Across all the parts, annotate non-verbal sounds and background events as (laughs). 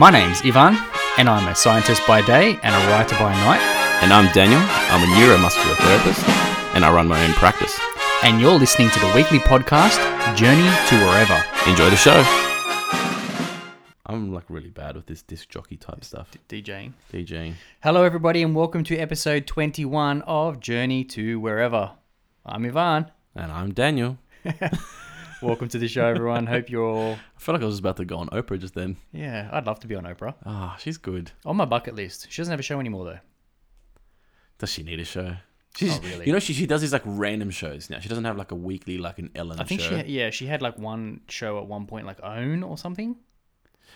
My name's Ivan, and I'm a scientist by day and a writer by night, And I'm Daniel. I'm a neuromuscular therapist, and I run my own practice. and you're listening to the weekly podcast, Journey to Wherever. Enjoy the show. I'm like really bad with this disc jockey type stuff. DJing. DJing. Hello, everybody, and welcome to episode 21 of Journey to Wherever. I'm Ivan. And I'm Daniel. Welcome to the show, everyone. Hope you're all. I feel like I was about to go on Oprah just then. Yeah, I'd love to be on Oprah. Ah, she's good. On my bucket list. She doesn't have a show anymore, though. Does she need a show? She's, Not really. You know, she, she does these like random shows now. She doesn't have like a weekly, like an Ellen I think show. she, ha- yeah, she had like one show at one point, like Own or something.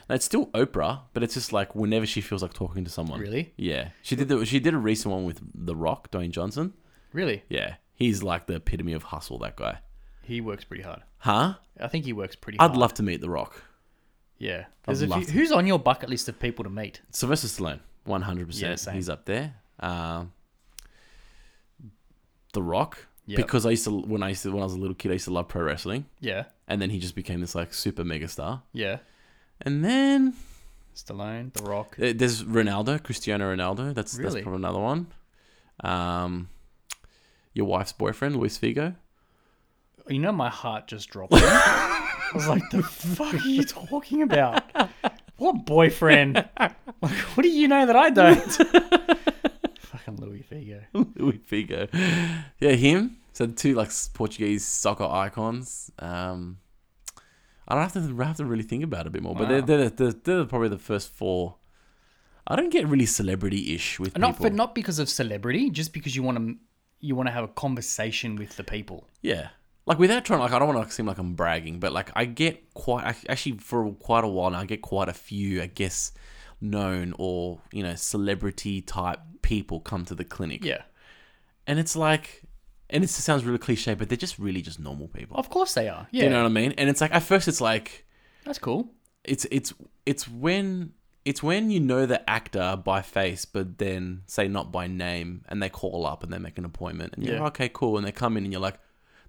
No, It's still Oprah, but it's just like whenever she feels like talking to someone. Really? Yeah. She did the, she did a recent one with The Rock, Dwayne Johnson. Really? Yeah. He's like the epitome of hustle, that guy. He works pretty hard. Huh? I think he works pretty hard. I'd love to meet The Rock. Yeah. There's a love few, who's on your bucket list of people to meet? Sylvester Stallone, one hundred Yeah, percent. same. He's up there. Um, the Rock, Yep. because I used to when I used to when I was a little kid, I used to love pro wrestling, Yeah. and then he just became this like super mega star. Yeah. And then Stallone, The Rock. uh, there's Ronaldo, Cristiano Ronaldo. That's Really? that's probably another one. Um, your wife's boyfriend, Luis Figo. You know, my heart just dropped. I was like, the fuck are you talking about? What boyfriend? Like, what do you know that I don't? Fucking Louis Figo. (laughs) Luis Figo. Yeah, him. So the two like s- Portuguese soccer icons. Um, I don't have to I have to really think about it a bit more, but they're, Wow. they're, they're, they're probably the first four. I don't get really celebrity ish with Not people. for not because of celebrity, just because you want to you want to have a conversation with the people. yeah, like without trying, like I don't want to like, seem like I'm bragging, but like I get quite ac- actually for quite a while now, I get quite a few, I guess, known or you know celebrity type people come to the clinic, Yeah. and it's like, and it's, it sounds really cliche, but they're just really just normal people. Of course they are. Yeah. Do You know what I mean? And it's like at first it's like That's cool. it's it's it's when it's when you know the actor by face, but then say not by name, and they call up and they make an appointment, and you're Yeah. like, okay, cool, and they come in, and you're like,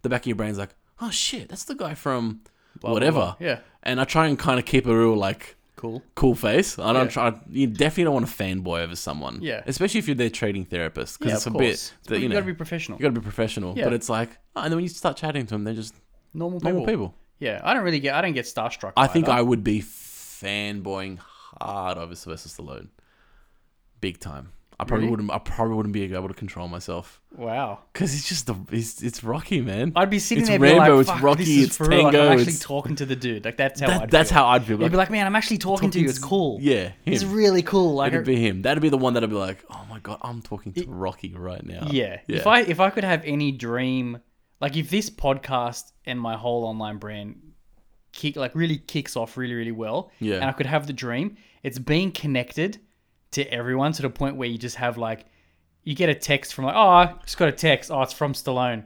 the back of your brain's like, oh shit, that's the guy from blah, whatever. blah. Yeah. And I try and kind of keep a real like Cool. cool face. I don't Yeah. try. You definitely don't want to fanboy over someone. Yeah. Especially if you're their trading therapist, because Yeah, it's a of bit course. that you you know got to be professional. you got to be professional. Yeah. But it's like, oh, and then when you start chatting to them, they're just normal people. normal people. Yeah, I don't really get. I don't get starstruck. I think I would be fanboying hard over Sylvester Stallone, big time. I probably Really? wouldn't. I probably wouldn't be able to control myself Wow. because it's just the it's, it's Rocky, man. I'd be sitting It's there, Rambo, being like, it's Fuck, Rocky, this is it's for real. Like, Tango, I'm actually it's- talking to the dude. Like that's how. that, I'd that's feel. how I'd feel. You'd Like, be like, man, I'm actually talking to you. It's cool. yeah, it's him. really cool. Like, It'd be him. That'd be the one that'd be like, oh my god, I'm talking to Rocky right now. yeah. Uh, yeah. If I if I could have any dream, like if this podcast and my whole online brand kick like really kicks off really really well, Yeah. and I could have the dream, it's being connected to everyone to the point where you just have like, you get a text from like, oh, I just got a text. Oh, it's from Stallone.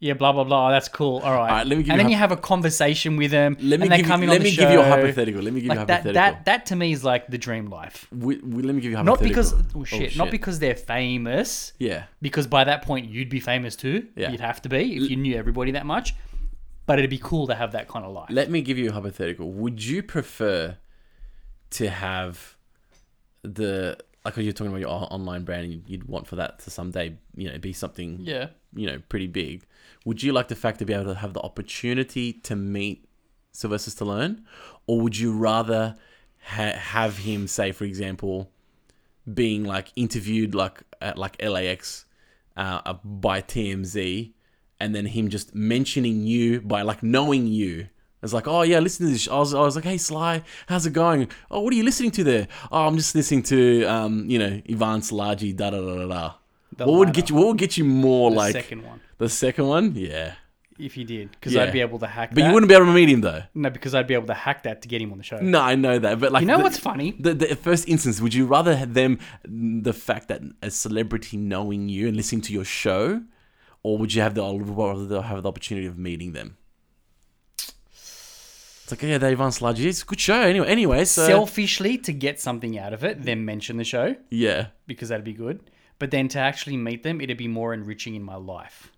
Yeah, blah blah blah. That's cool. All right. right, let me give and you then a- you have a conversation with them. let me and they give come you, in let on me the give you a show. hypothetical. Let me give you a Like that, hypothetical. that that to me is like the dream life. we, we, let me give you a Not hypothetical. because oh, shit, not because they're famous yeah because by that point you'd be famous too. Yeah. You'd have to be if you knew everybody that much. But it'd be cool to have that kind of life. Let me give you a hypothetical. Would you prefer to have the like you're talking about your o- online brand and you'd want for that to someday, you know, be something, yeah. you know, pretty big. Would you like the fact to be able to have the opportunity to meet Sylvester Stallone, or would you rather ha- have him say, for example, being like interviewed like at like LAX uh, uh, by TMZ, and then him just mentioning you by like knowing you. It's like, oh yeah, listen to this. I was, I was like, hey Sly, how's it going? Oh, what are you listening to there? Oh, I'm just listening to, um, you know, Ivan Slaji, da da da da da. What would get you? What would get you more like second one. the second one? Yeah, If you did, because Yeah. I'd be able to hack but that. you wouldn't be able to meet him though. No, because I'd be able to hack that to get him on the show. No, I know that, but like, You know the- what's funny? The, the first instance, would you rather have them the fact that a celebrity knowing you and listening to your show, or would you have the rather have the opportunity of meeting them? It's like yeah, they Ivan Sludge. It's a good show anyway. Anyway, so Selfishly to get something out of it, then mention the show yeah, because that'd be good. But then to actually meet them, it'd be more enriching in my life.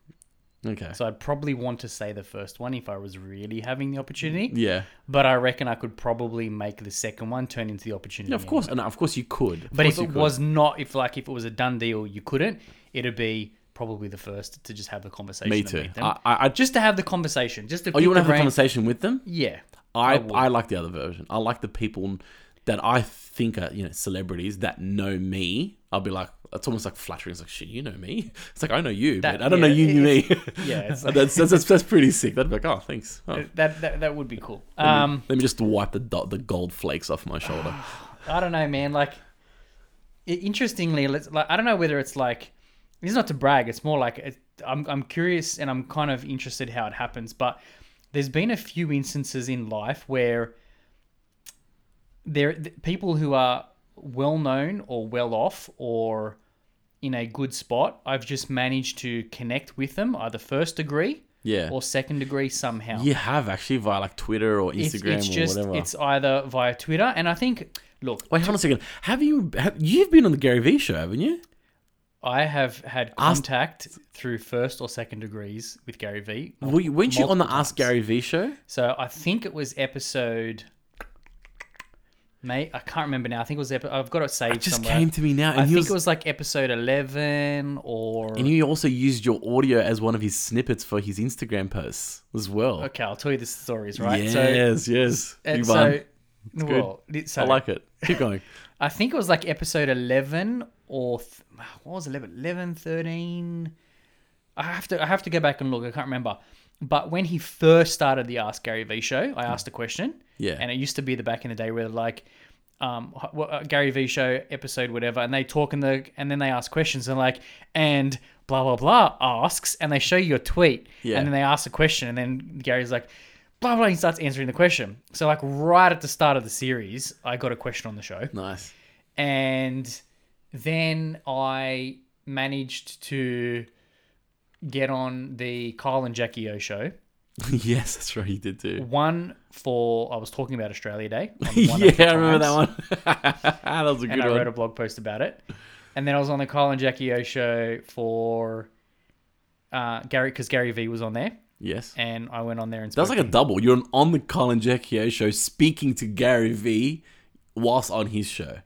Okay. So I'd probably want to say the first one if I was really having the opportunity. yeah. But I reckon I could probably make the second one turn into the opportunity. Yeah, of course, and of course you could. Of But course if you it could. was not, if like if it was a done deal, you couldn't. It'd be probably the first to just have the conversation. me and too, meet them. I, I, I just. just to have the conversation. Just to Oh, you want to pick have a their brain. conversation with them? Yeah. I, would. I like the other version. I like the people that I think are you know celebrities that know me. I'll be like, it's almost like flattering. It's like, shit, you know me. (laughs) It's like I know you, That- but I don't know yeah, you knew (laughs) me. Yeah, it's like- that's, that's that's pretty sick. That'd be like, oh, thanks. Oh, That, that that would be cool. Um, let me just wipe the do- the gold flakes off my (sighs) shoulder. I don't know, man. Like, i- interestingly, let's like I don't know whether it's like this is not to brag. It's more like it, I'm I'm curious and I'm kind of interested how it happens. But there's been a few instances in life where there th- people who are well known or well off or in a good spot, I've just managed to connect with them either first degree Yeah, or second degree somehow. you have actually via like Twitter or it's, Instagram it's or just whatever. it's either via Twitter and I think look Wait, hold on a second. Have you have, you've been on the Gary Vee show, haven't you? I have had Ask- contact through first or second degrees with Gary Vee. Were you, weren't you on the Multiple Ask Gary Vee show? So I think it was episode. Mate, I can't remember now. I think it was. Epi- I've got it saved It just somewhere. came to me now, and I he think was, it was like episode eleven or. and you also used your audio as one of his snippets for his Instagram posts as well. okay, I'll tell you the stories, right? So, Yes, yes. and Big so, one. good. well, it- so I like it. (laughs) Keep going. I think it was like episode 11 or th- what was 11 11 13 I have to I have to go back and look I can't remember but when he first started the Ask Gary Vee show I asked a question Hmm. Yeah. and it used to be the back in the day where like um h- what- uh, Gary Vee show episode whatever and they talk in the and then they ask questions and like and blah blah blah asks and they show you a tweet Yeah. and then they ask a question and then Gary's like blah blah he starts answering the question so like right at the start of the series I got a question on the show Nice. (laughs) and then I managed to get on the Kyle and Jackie O show. yes, that's right. You did (laughs) too. One for I was talking about Australia Day. on the one (laughs) yeah, of the I remember that times, one. (laughs) that was a good And I one. wrote a blog post about it. And then I was on the Kyle and Jackie O show for uh, Gary because Gary V was on there, yes. and I went on there and That spoke. was like a double. You're on the Colin Jacquier show speaking to Gary Vee whilst on his show.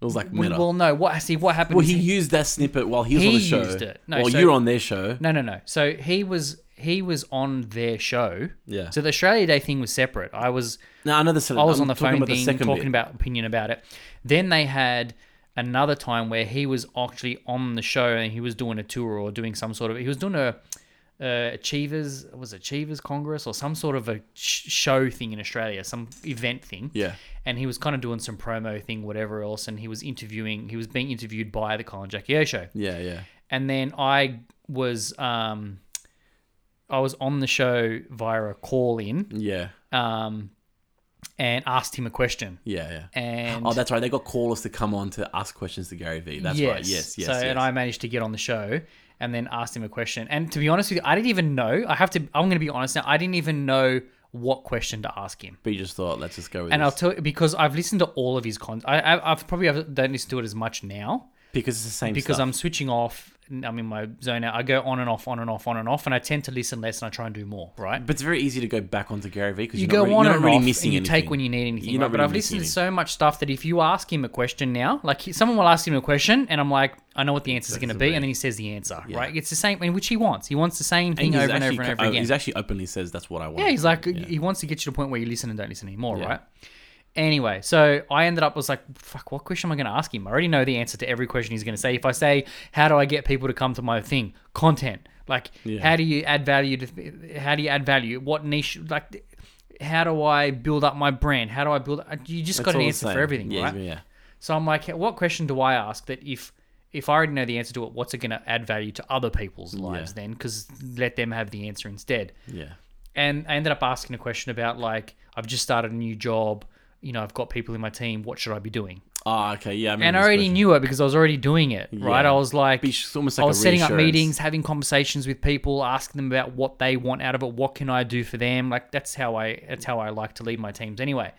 It was like we, meta. Well, well, no, what see what happened? is he used that snippet while he was He on the show. used it. No, while so- you're on their show. No, no, no. So he was he was on their show. Yeah. So the Australia Day thing was separate. I was No, I know the second. I was I'm on the talking phone about thing second talking bit. about opinion about it. Then they had another time where he was actually on the show and he was doing a tour or doing some sort of he was doing a uh, achievers was it achievers congress or some sort of a sh- show thing in Australia, some event thing. Yeah. And he was kind of doing some promo thing, whatever else, and he was interviewing. He was being interviewed by the Colin Jackie O show Yeah, yeah. and then I was um, I was on the show via a call in Yeah. um, and asked him a question. Yeah, yeah. And oh, that's right. They got callers to come on to ask questions to Gary Vee. That's right. Yes, yes, So yes. and I managed to get on the show and then asked him a question. And to be honest with you, I didn't even know. I have to. I'm going to be honest now. I didn't even know what question to ask him. but you just thought, let's just go with And I'll this. tell you because I've listened to all of his con. I, I I've probably haven't- don't listen to it as much now. because it's the same because stuff. I'm switching off. I'm in my zone now. I go on and off, on and off, on and off, and I tend to listen less and I try and do more. Right? But it's very easy to go back onto Gary Vee because You go you're not really, on you're and not really off, missing and you anything. take when you need anything. You're right? not but really I've listened to missing so much stuff that if you ask him a question now, like he, someone will ask him a question, and I'm like, I know what the answer's going to be, and then he says the answer. Right? It's the same, and which he wants. He wants the same thing he's over and over actually- and over oh, again. He's actually openly says that's what I want. Yeah, he's like he wants to get you to a point where you listen and don't listen anymore, right? Anyway, so I ended up was like, fuck, what question am I going to ask him? I already know the answer to every question he's going to say. If I say, how do I get people to come to my thing? Content, like, how do you add value to? How do you add value? What niche? Like, how do I build up my brand? How do I build? uh, You just got It's an all the answer same. for everything, yeah, right? Yeah. So I'm like, what question do I ask that if if I already know the answer to it, what's it going to add value to other people's lives then? 'Cause then? Because let them have the answer instead Yeah. and I ended up asking a question about like I've just started a new job, you know, I've got people in my team. What should I be doing? Ah, okay. Yeah. I remember And I this already question. knew it because I was already doing it, right? Yeah. I was like, But it's almost I like was a setting up reassurance. meetings, having conversations with people, asking them about what they want out of it. What can I do for them? Like that's how I that's how I like to lead my teams anyway.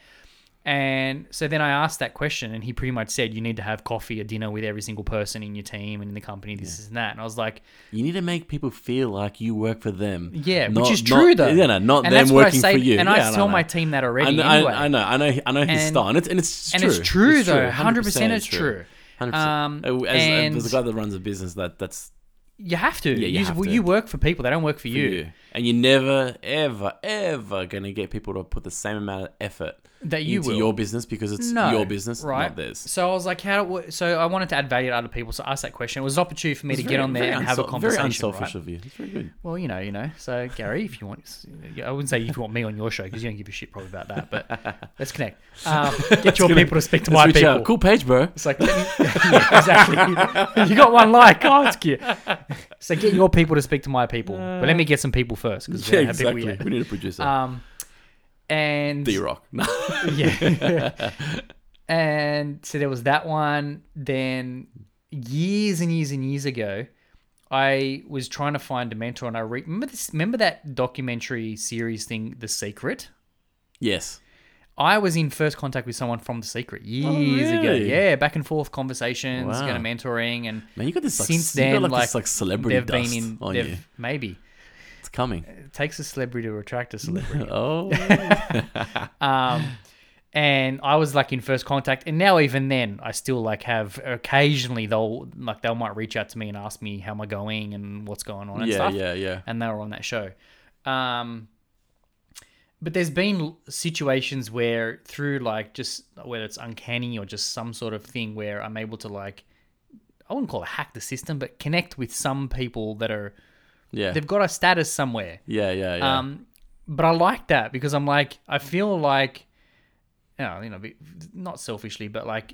And so then I asked that question, and he pretty much said, You need to have coffee or dinner with every single person in your team and in the company, this and that. And I was like, You need to make people feel like you work for them. Yeah, Not- which is not- true, though. Yeah, no, not and them that's what I working say, for you. And yeah, I no, tell no. my team that I already know, I, anyway. I know, I know, I know his And- style, and it's and it's and true. it's true, though. 100% it's true. 100%. Um, Uh, as, and- as a guy that runs a business, that that's You have to. Yeah, you you, have to. you work for people, they don't work for, you. you, and you're never, ever, ever gonna get people to put the same amount of effort That you into will. your business because it's No, your business, not theirs. So I was like, how? Do, so I wanted to add value to other people. So I asked that question. It was an opportunity for me to get on there and have a conversation. Very unselfish right? of you. It's very good. Well, you know, you know. So Gary, if you want, I wouldn't say if you want me on your show because you don't give a shit probably about that. (laughs) But let's connect. Um, get your people to speak to my Let's reach people. out. Cool page, (laughs) bro. It's like, (laughs) let me- yeah, exactly. you got one like. Oh, it's cute. So get your people to speak to my people, but let me get some people first because we Uh, Yeah, don't have exactly. people We need a producer. yet. Um, and (laughs) D Rock. yeah. (laughs) and so there was that one. Then years and years and years ago, I was trying to find a mentor, and I re- remember this. Remember that documentary series thing, The Secret. (laughs) yes. I was in first contact with someone from The Secret years ago. Oh, really? Yeah, back and forth conversations, Wow. kind of mentoring, and Man, you got this like, since you then, got, like, like, this like celebrity they've been dust in. on they've- you. Maybe (laughs) It's coming. it takes a celebrity to attract a celebrity. Oh, um, and I was like in first contact, and now even then, I still like have occasionally they'll like they might reach out to me and ask me how am I going and what's going on and yeah, stuff, yeah, yeah. and they were on that show. Um, but there's been l- situations where through like just whether it's uncanny or just some sort of thing where I'm able to like I wouldn't call it hack the system, but connect with some people that are Yeah. they've got a status somewhere. Yeah, yeah, yeah. Um, but I like that because I'm like, I feel like, you know, you know, be- not selfishly, but like,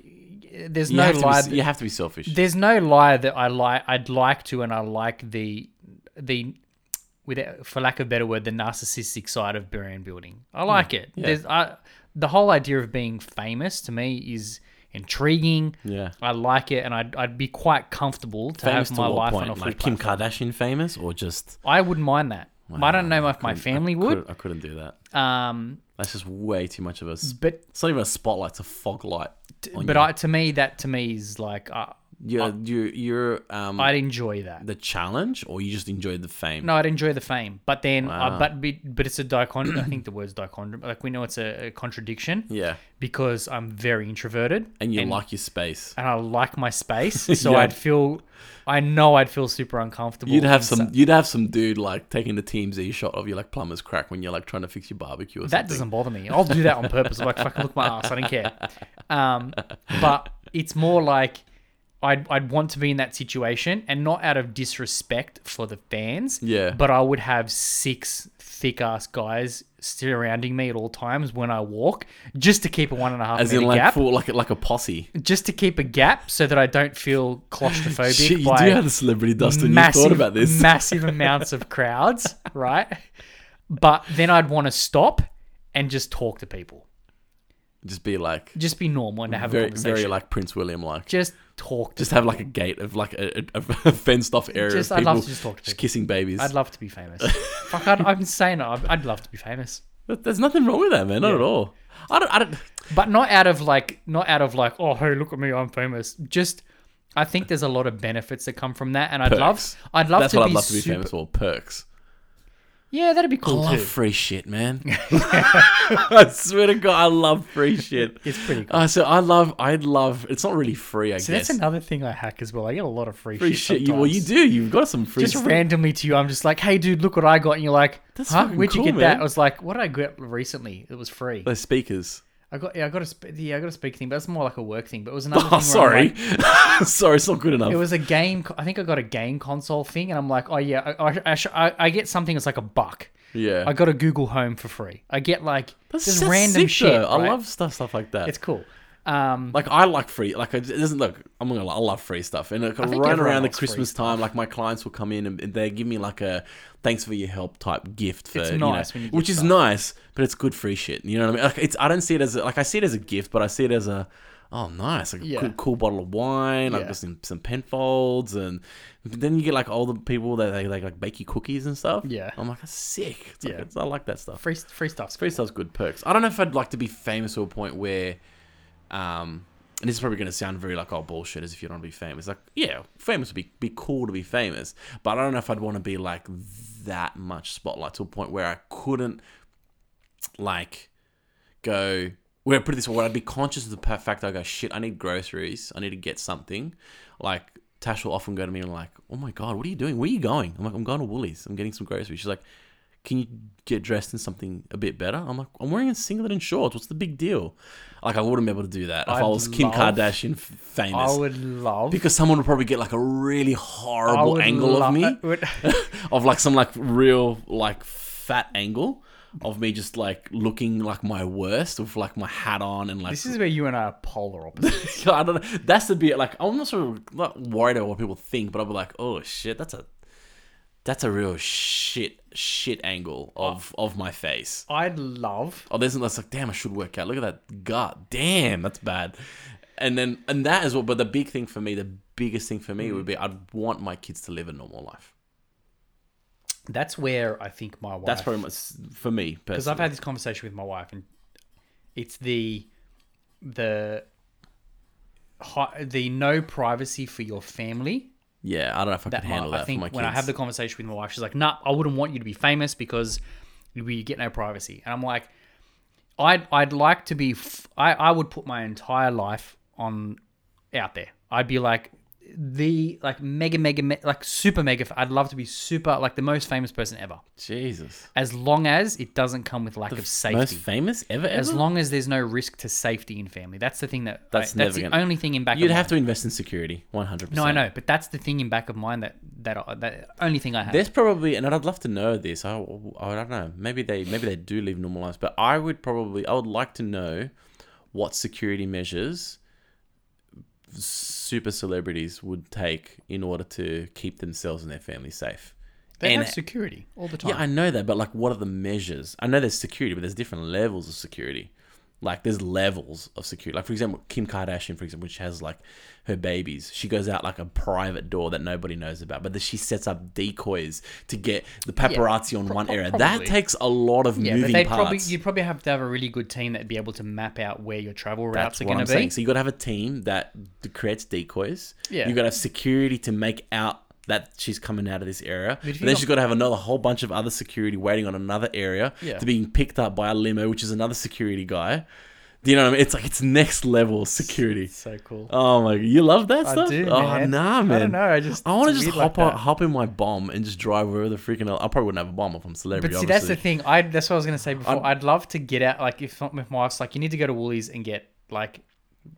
there's you, no have to be, lie. s- you have to be selfish. there's no lie that I like. I'd like to, and I like the the. With, for lack of a better word, the narcissistic side of brand building. I Hmm. like it. There's, I, the whole idea of being famous to me is intriguing. Yeah. I like it, and I'd, I'd be quite comfortable to famous have to my what life point? on a full like Kim platform. Kardashian famous or just I wouldn't mind that. I don't know if my couldn't- I family would. couldn't- I couldn't do that. Um, That's just way too much of a. s- but It's not even a spotlight. It's a fog light. on but you. I, to me, that to me is like uh, you're you're, you're um I'd enjoy that. the challenge, or you just enjoy the fame. No, I'd enjoy the fame, but then, Wow. uh, but be- but it's a dichon. I think the word's dichondrom. Like we know it's a, a contradiction Yeah, because I'm very introverted and you like your space. and I like my (laughs) space, so Yeah. I'd feel, I know I'd feel super uncomfortable. You'd have in some. You'd have some dude like taking the team's Z shot of you like plumber's crack when you're like trying to fix your barbecue. or That something. doesn't bother me. I'll do that on purpose. I'm like, fucking look (laughs) my ass. I don't care. Um, but it's more like I'd, I'd want to be in that situation and not out of disrespect for the fans. Yeah. But I would have six thick ass guys surrounding me at all times when I walk just to keep a one and a half As meter in like gap. for like like a posse. just to keep a gap so that I don't feel claustrophobic. Shit, (laughs) you by do have the celebrity dust, and you massive, thought about this. massive amounts of crowds, right? But then I'd want to stop and just talk to people. just be like Just be normal and have a very conversation. very like Prince William like. just talk. To Just have like a gate of like a, a, a (laughs) fenced off area Just- of I'd people love to just talk to people. kissing babies. I'd love to be (laughs) famous. Fuck, I'd, I'm saying I'd, I'd love to be famous, Th- There's nothing wrong with that, man. Not at all. I don't. I don't. but not out of like, not out of like, oh hey, look at me, I'm famous. Just, I think there's a lot of benefits that come from that, and I'd Perks. love, I'd love That's to what be I'd love to be super- famous for. Perks. Yeah, that'd be I cool love too. free shit, man. (laughs) I swear to God, I love free shit. It's pretty cool. Uh, so I love, I love. It's not really free, I So guess. that's another thing I hack as well. I get a lot of free, free shit. shit. You, well, you sometimes. do. You've got some free. just stuff. randomly to you, I'm just like, hey, dude, look what I got. And you're like, That's huh? fucking Where'd you cool, get that? man. I was like, what did I get recently? It was free. Those speakers. I got, yeah, I got a, sp- yeah, I got a speak thing, but it's more like a work thing. But it (laughs) was another. thing where Oh, I'm sorry, like- (laughs) sorry, it's not good enough. it was a game. co- I think I got a game console thing, and I'm like, oh yeah, I, I- I, sh- I, I get something that's like a buck. yeah, I got a Google Home for free. I get like That's- just that's random sick, shit. though. I right? love stuff, stuff like that. It's cool. Um, like I like free. Like it doesn't look. I'm not gonna. Lie, I love free stuff. And like, think right everyone around the loves free Christmas time, like my clients will come in and they give me like a thanks for your help type gift. For, It's you know, nice when you get which is stuff. nice, but it's good free shit. You know what I mean? Like it's. I don't see it as a, like I see it as a gift, but I see it as a. oh, nice, like a Yeah. cool, cool bottle of wine, like Yeah. with some some penfolds, and then you get like all the people that they like like bake you cookies and stuff. Yeah. I'm like, that's sick. It's like- Yeah. it's- I like that stuff. Free free stuff's Free stuff's good perks. I don't know if I'd like to be famous to a point where, um, and this is probably going to sound very like oh bullshit, as if you don't want to be famous. Like yeah, famous would be be cool to be famous, but I don't know if I'd want to be like that much spotlight to a point where I couldn't like go. Where put it this way, where I'd be conscious of the pa- fact that I go shit. I need groceries. I need to get something. Like Tash will often go to me and like, oh my god, what are you doing? Where are you going? I'm like, I'm going to Woolies. I'm getting some groceries. She's like can you get dressed in something a bit better? I'm like, I'm wearing a singlet and shorts. What's the big deal? Like, I wouldn't be able to do that if i I'd was Kim love- Kardashian f- I famous. would love. Because someone would probably get like a really I horrible would angle of love- me, I would- (laughs) of like some like real like fat angle of me just like looking like my worst with like my hat on and like this is where you and I are polar (laughs) opposites. I don't know. That's the bit like I'm not sort of not worried about what people think, but I'll be like, oh shit, that's a that's a real shit shit angle of of my face. I'd love. Oh, there's something that's like, damn, I should work out. Look at that gut. Damn, that's bad. And then and that is what but the big thing for me, the biggest thing for me Mm. would be I'd want my kids to live a normal life. That's where I think my wife. That's pretty much for me because I've personally. had this conversation with my wife, and it's the the hi- the no privacy for your family. yeah, I don't know if I That could handle my, that I think for my kids. when I have the conversation with my wife, she's like, "Nah, I wouldn't want you to be famous because we get no privacy." And I'm like, "I'd I'd like to be. F- I I would put my entire life on out there. I'd be like." The like mega mega me- like super mega. f- I'd love to be super like the most famous person ever, Jesus. as long as it doesn't come with lack of safety. Most famous ever ever? As long as there's no risk to safety in family, that's the thing that That's that's, never the gonna- only thing in back. You'd of have to invest in security, one hundred percent. mind. No, I know, but that's the thing in back of mind that that I- that only thing I have. There's probably, and I'd love to know this. I, I don't know. Maybe they, maybe they do live normal lives, but I would probably, I would like to know what security measures super celebrities would take in order to keep themselves and their family safe. they and- have security all the time. Yeah, I know that, but like, what are the measures? I know there's security, but there's different levels of security. Like, there's levels of security. Like, for example, Kim Kardashian, for example, which has like her babies, she goes out like a private door that nobody knows about, but then she sets up decoys to get the paparazzi on one area. That probably. takes a lot of yeah, but moving they parts. probably you'd probably have to have a really good team that'd be able to map out where your travel routes That's are what going I'm to be. saying. So you got to have a team that d- creates decoys. Yeah. You got to have security to make out that she's coming out of this area. But if then you're she's got to have another whole bunch of other security waiting on another area Yeah. to being picked up by a limo, which is another security guy. Do you know what I mean? It's like it's next level security. So cool. Oh my! You love that stuff? do, oh man. nah, I man. don't know, I just- I want to it's just weird hop like on, that. hop in my bomb and just drive wherever the freaking. hell- I probably wouldn't have a bomb if I'm a celebrity. But see, that's obviously. the thing. I that's what I was going to say before. I'd, love to get out. Like if, if my wife's like, you need to go to Woolies and get like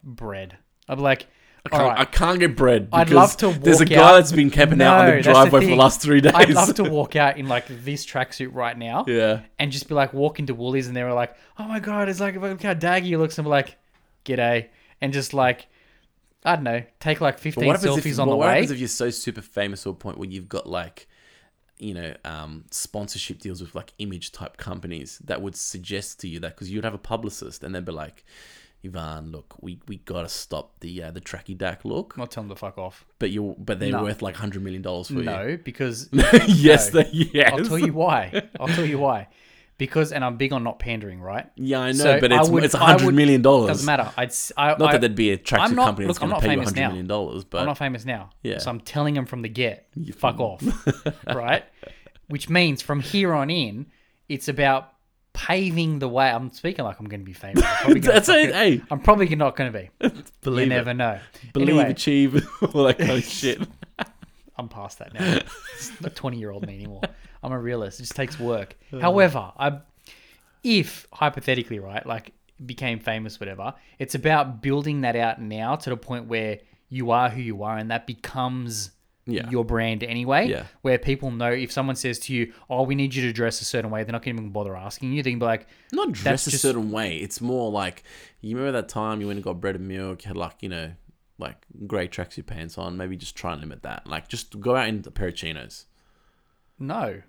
bread. I'd be like, all Can't- right. I can't get bread. I'd because love to There's a walk guy out- that's been camping out on No, the that's the driveway for the thing. last three days. I'd love to walk out in like this tracksuit right now. Yeah. and just be like walking to Woolies and they were like, oh my god, it's like look how daggy he looks and be like, g'day, and just like, I don't know, take like But fifteen what happens, selfies if, on but the what way. happens if you're so super famous to a point where you've got like, you know, um, sponsorship deals with like image type companies that would suggest to you that because you'd have a publicist and they'd be like, Ivan, look, we, we gotta stop the uh, the tracky dack look, I'm not telling them to fuck off. but you but they're No. worth like hundred million dollars for you. No, because (laughs) yes, No. they yes. I'll tell you (laughs) why. I'll tell you why. Because and I'm big on not pandering, right? yeah, I know, So but I it's would- it's a I hundred would- million dollars. Doesn't matter. I'd s- I, Not I, that there'd be a tracksuit I'm not- company that's look, I'm going to not pay you famous $100 now. million dollars, but I'm not famous now. Yeah. So I'm telling them from the get, fuck off. (laughs) right? Which means from here on in, it's about paving the way. I'm speaking like I'm going to be famous. I'm (laughs) probably gonna That's it, fucking- hey. I'm probably not going to be. Believe you it. never know. Believe, anyway, achieve, (laughs) all that kind of shit. I'm past that (laughs) now. It's not 20 year old me anymore. I'm a realist. It just takes work. However, I, if hypothetically, right, like became famous, whatever, it's about building that out now to the point where you are who you are and that becomes Yeah. your brand anyway. Yeah. Where people know if someone says to you, oh, we need you to dress a certain way, they're not going to even bother asking you. They can be like, Not dressed a just- certain way. It's more like you remember that time you went and got bread and milk, had like you know, like grey tracksuit pants on. Maybe just try and limit that. Like just go out in a pair of chinos. no,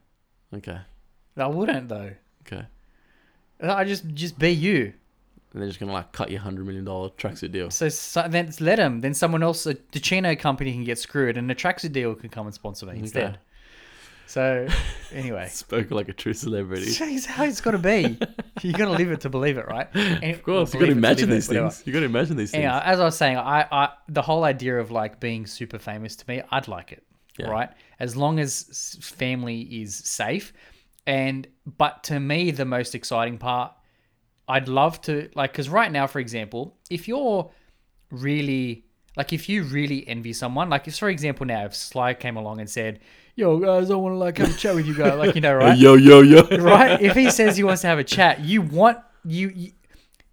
Okay, I wouldn't though. okay. I just, just be you. and they're just gonna like cut your hundred million dollar tracksuit deal. (laughs) So, so then let him. Then someone else, uh, the Chino company, can get screwed, and the Traxxas deal can come and sponsor me instead. So, (laughs) anyway, Spoke like a true celebrity. that's how it's got to be. You got to live it to believe it, (laughs) right? And, Of course, you gotta imagine these whatever. things. You gotta imagine these things. Anyhow, as I was saying, I, I the whole idea of like being super famous to me, I'd like it, Yeah. right? As long as s- family is safe, and but to me, the most exciting part, I'd love to like because right now, for example, if you're really like if you really envy someone, like if for example now if Sly came along and said, "Yo guys, I want to like have a chat with you guys," like you know, right? Yo yo yo. right? If he says he wants to have a chat, you want you, you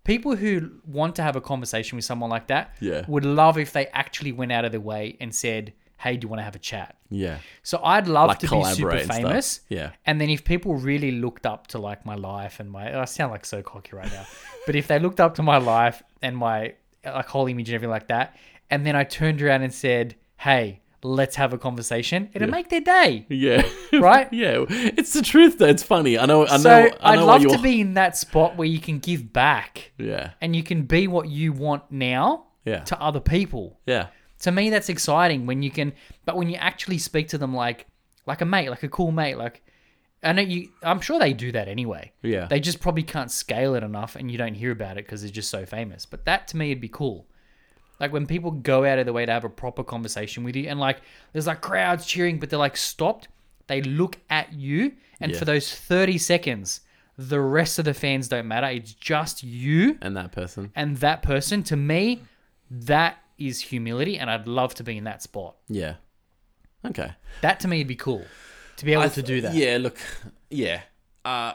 people who want to have a conversation with someone like that Yeah. would love if they actually went out of their way and said, "Hey, do you want to have a chat?" Yeah. So I'd love Like to be super collaborate and stuff. famous. Yeah. And then if people really looked up to like my life and my, I sound like so cocky right now, (laughs) but if they looked up to my life and my like whole image and everything like that, and then I turned around and said, "Hey, let's have a conversation," it'd make their day. (laughs) Yeah. Right? yeah. It's the truth though. It's funny. I know I know So I I'd know love to what you're- be in that spot where you can give back Yeah. and you can be what you want now Yeah. to other people. Yeah. To me, that's exciting when you can, but when you actually speak to them like, like a mate, like a cool mate, like, I know you, I'm sure they do that anyway. Yeah. (laughs) They just probably can't scale it enough and you don't hear about it because they're just so famous. But that to me would be cool. Like when people go out of their way to have a proper conversation with you and like there's like crowds cheering, but they're like stopped. They look at you. And Yeah. for those 30 seconds, the rest of the fans don't matter. It's just you and that person. and that person. To me, that is humility. And I'd love to be in that spot. Yeah. Okay. That to me would be cool to be able I to th- do that. Yeah, look, yeah. Uh,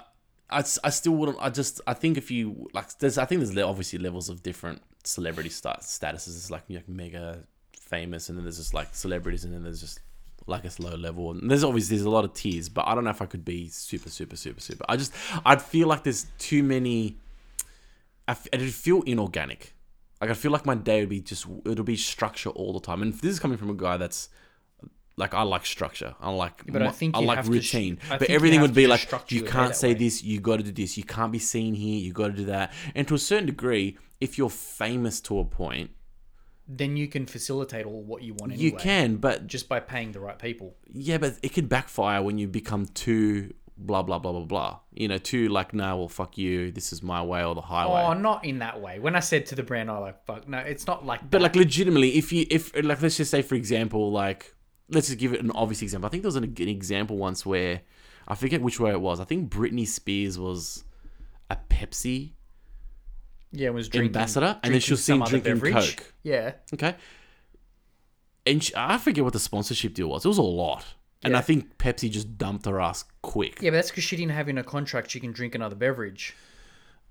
I, s- I still wouldn't. I just I think if you like, there's I think there's le- obviously levels of different celebrity sta- statuses. It's like you know, mega famous, and then there's just like celebrities, and then there's just like it's low level. And there's obviously there's a lot of tiers, but I don't know if I could be super, super, super, super. I just I'd feel like there's too many. I f- it'd feel inorganic. Like I feel like my day would be just it'll be structure all the time. And this is coming from a guy that's like I like structure. I like but I mo- think I you like have to sh- routine. I but think you everything have would be to like structure you your day can't that say way. this, you got to do this, you can't be seen here, you got to do that. And to a certain degree, if you're famous to a point, Then you can facilitate all what you want anyway. you can, but just by paying the right people. yeah, but it could backfire when you become too blah blah blah blah blah. You know, too like, nah, well, fuck you. This is my way or the highway. Oh, not in that way. When I said to the brand, I like fuck. No, it's not like. But like legitimately, if you if like let's just say for example, like let's just give it an obvious example. I think there was an, an example once where I forget which way it was. I think Britney Spears was a Pepsi yeah, it was drinking ambassador, and then she was some seen other drinking beverage. Coke. Yeah, Okay, and she, I forget what the sponsorship deal was. It was a lot, and Yeah. I think Pepsi just dumped her ass quick. yeah, but that's because she didn't have in a contract she can drink another beverage.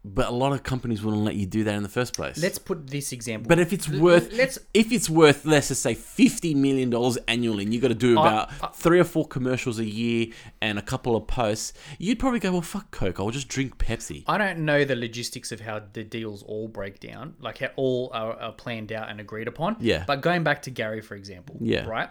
But a lot of companies wouldn't let you do that in the first place. Let's put this example. but if it's worth, let's- if it's worth, let's just say fifty million dollars annually, and you got to do about three or four commercials a year and a couple of posts, you'd probably go, "Well, fuck Coke, I'll just drink Pepsi." I don't know the logistics of how the deals all break down, like how all are, are planned out and agreed upon. Yeah. But going back to Gary, for example. Yeah. Right.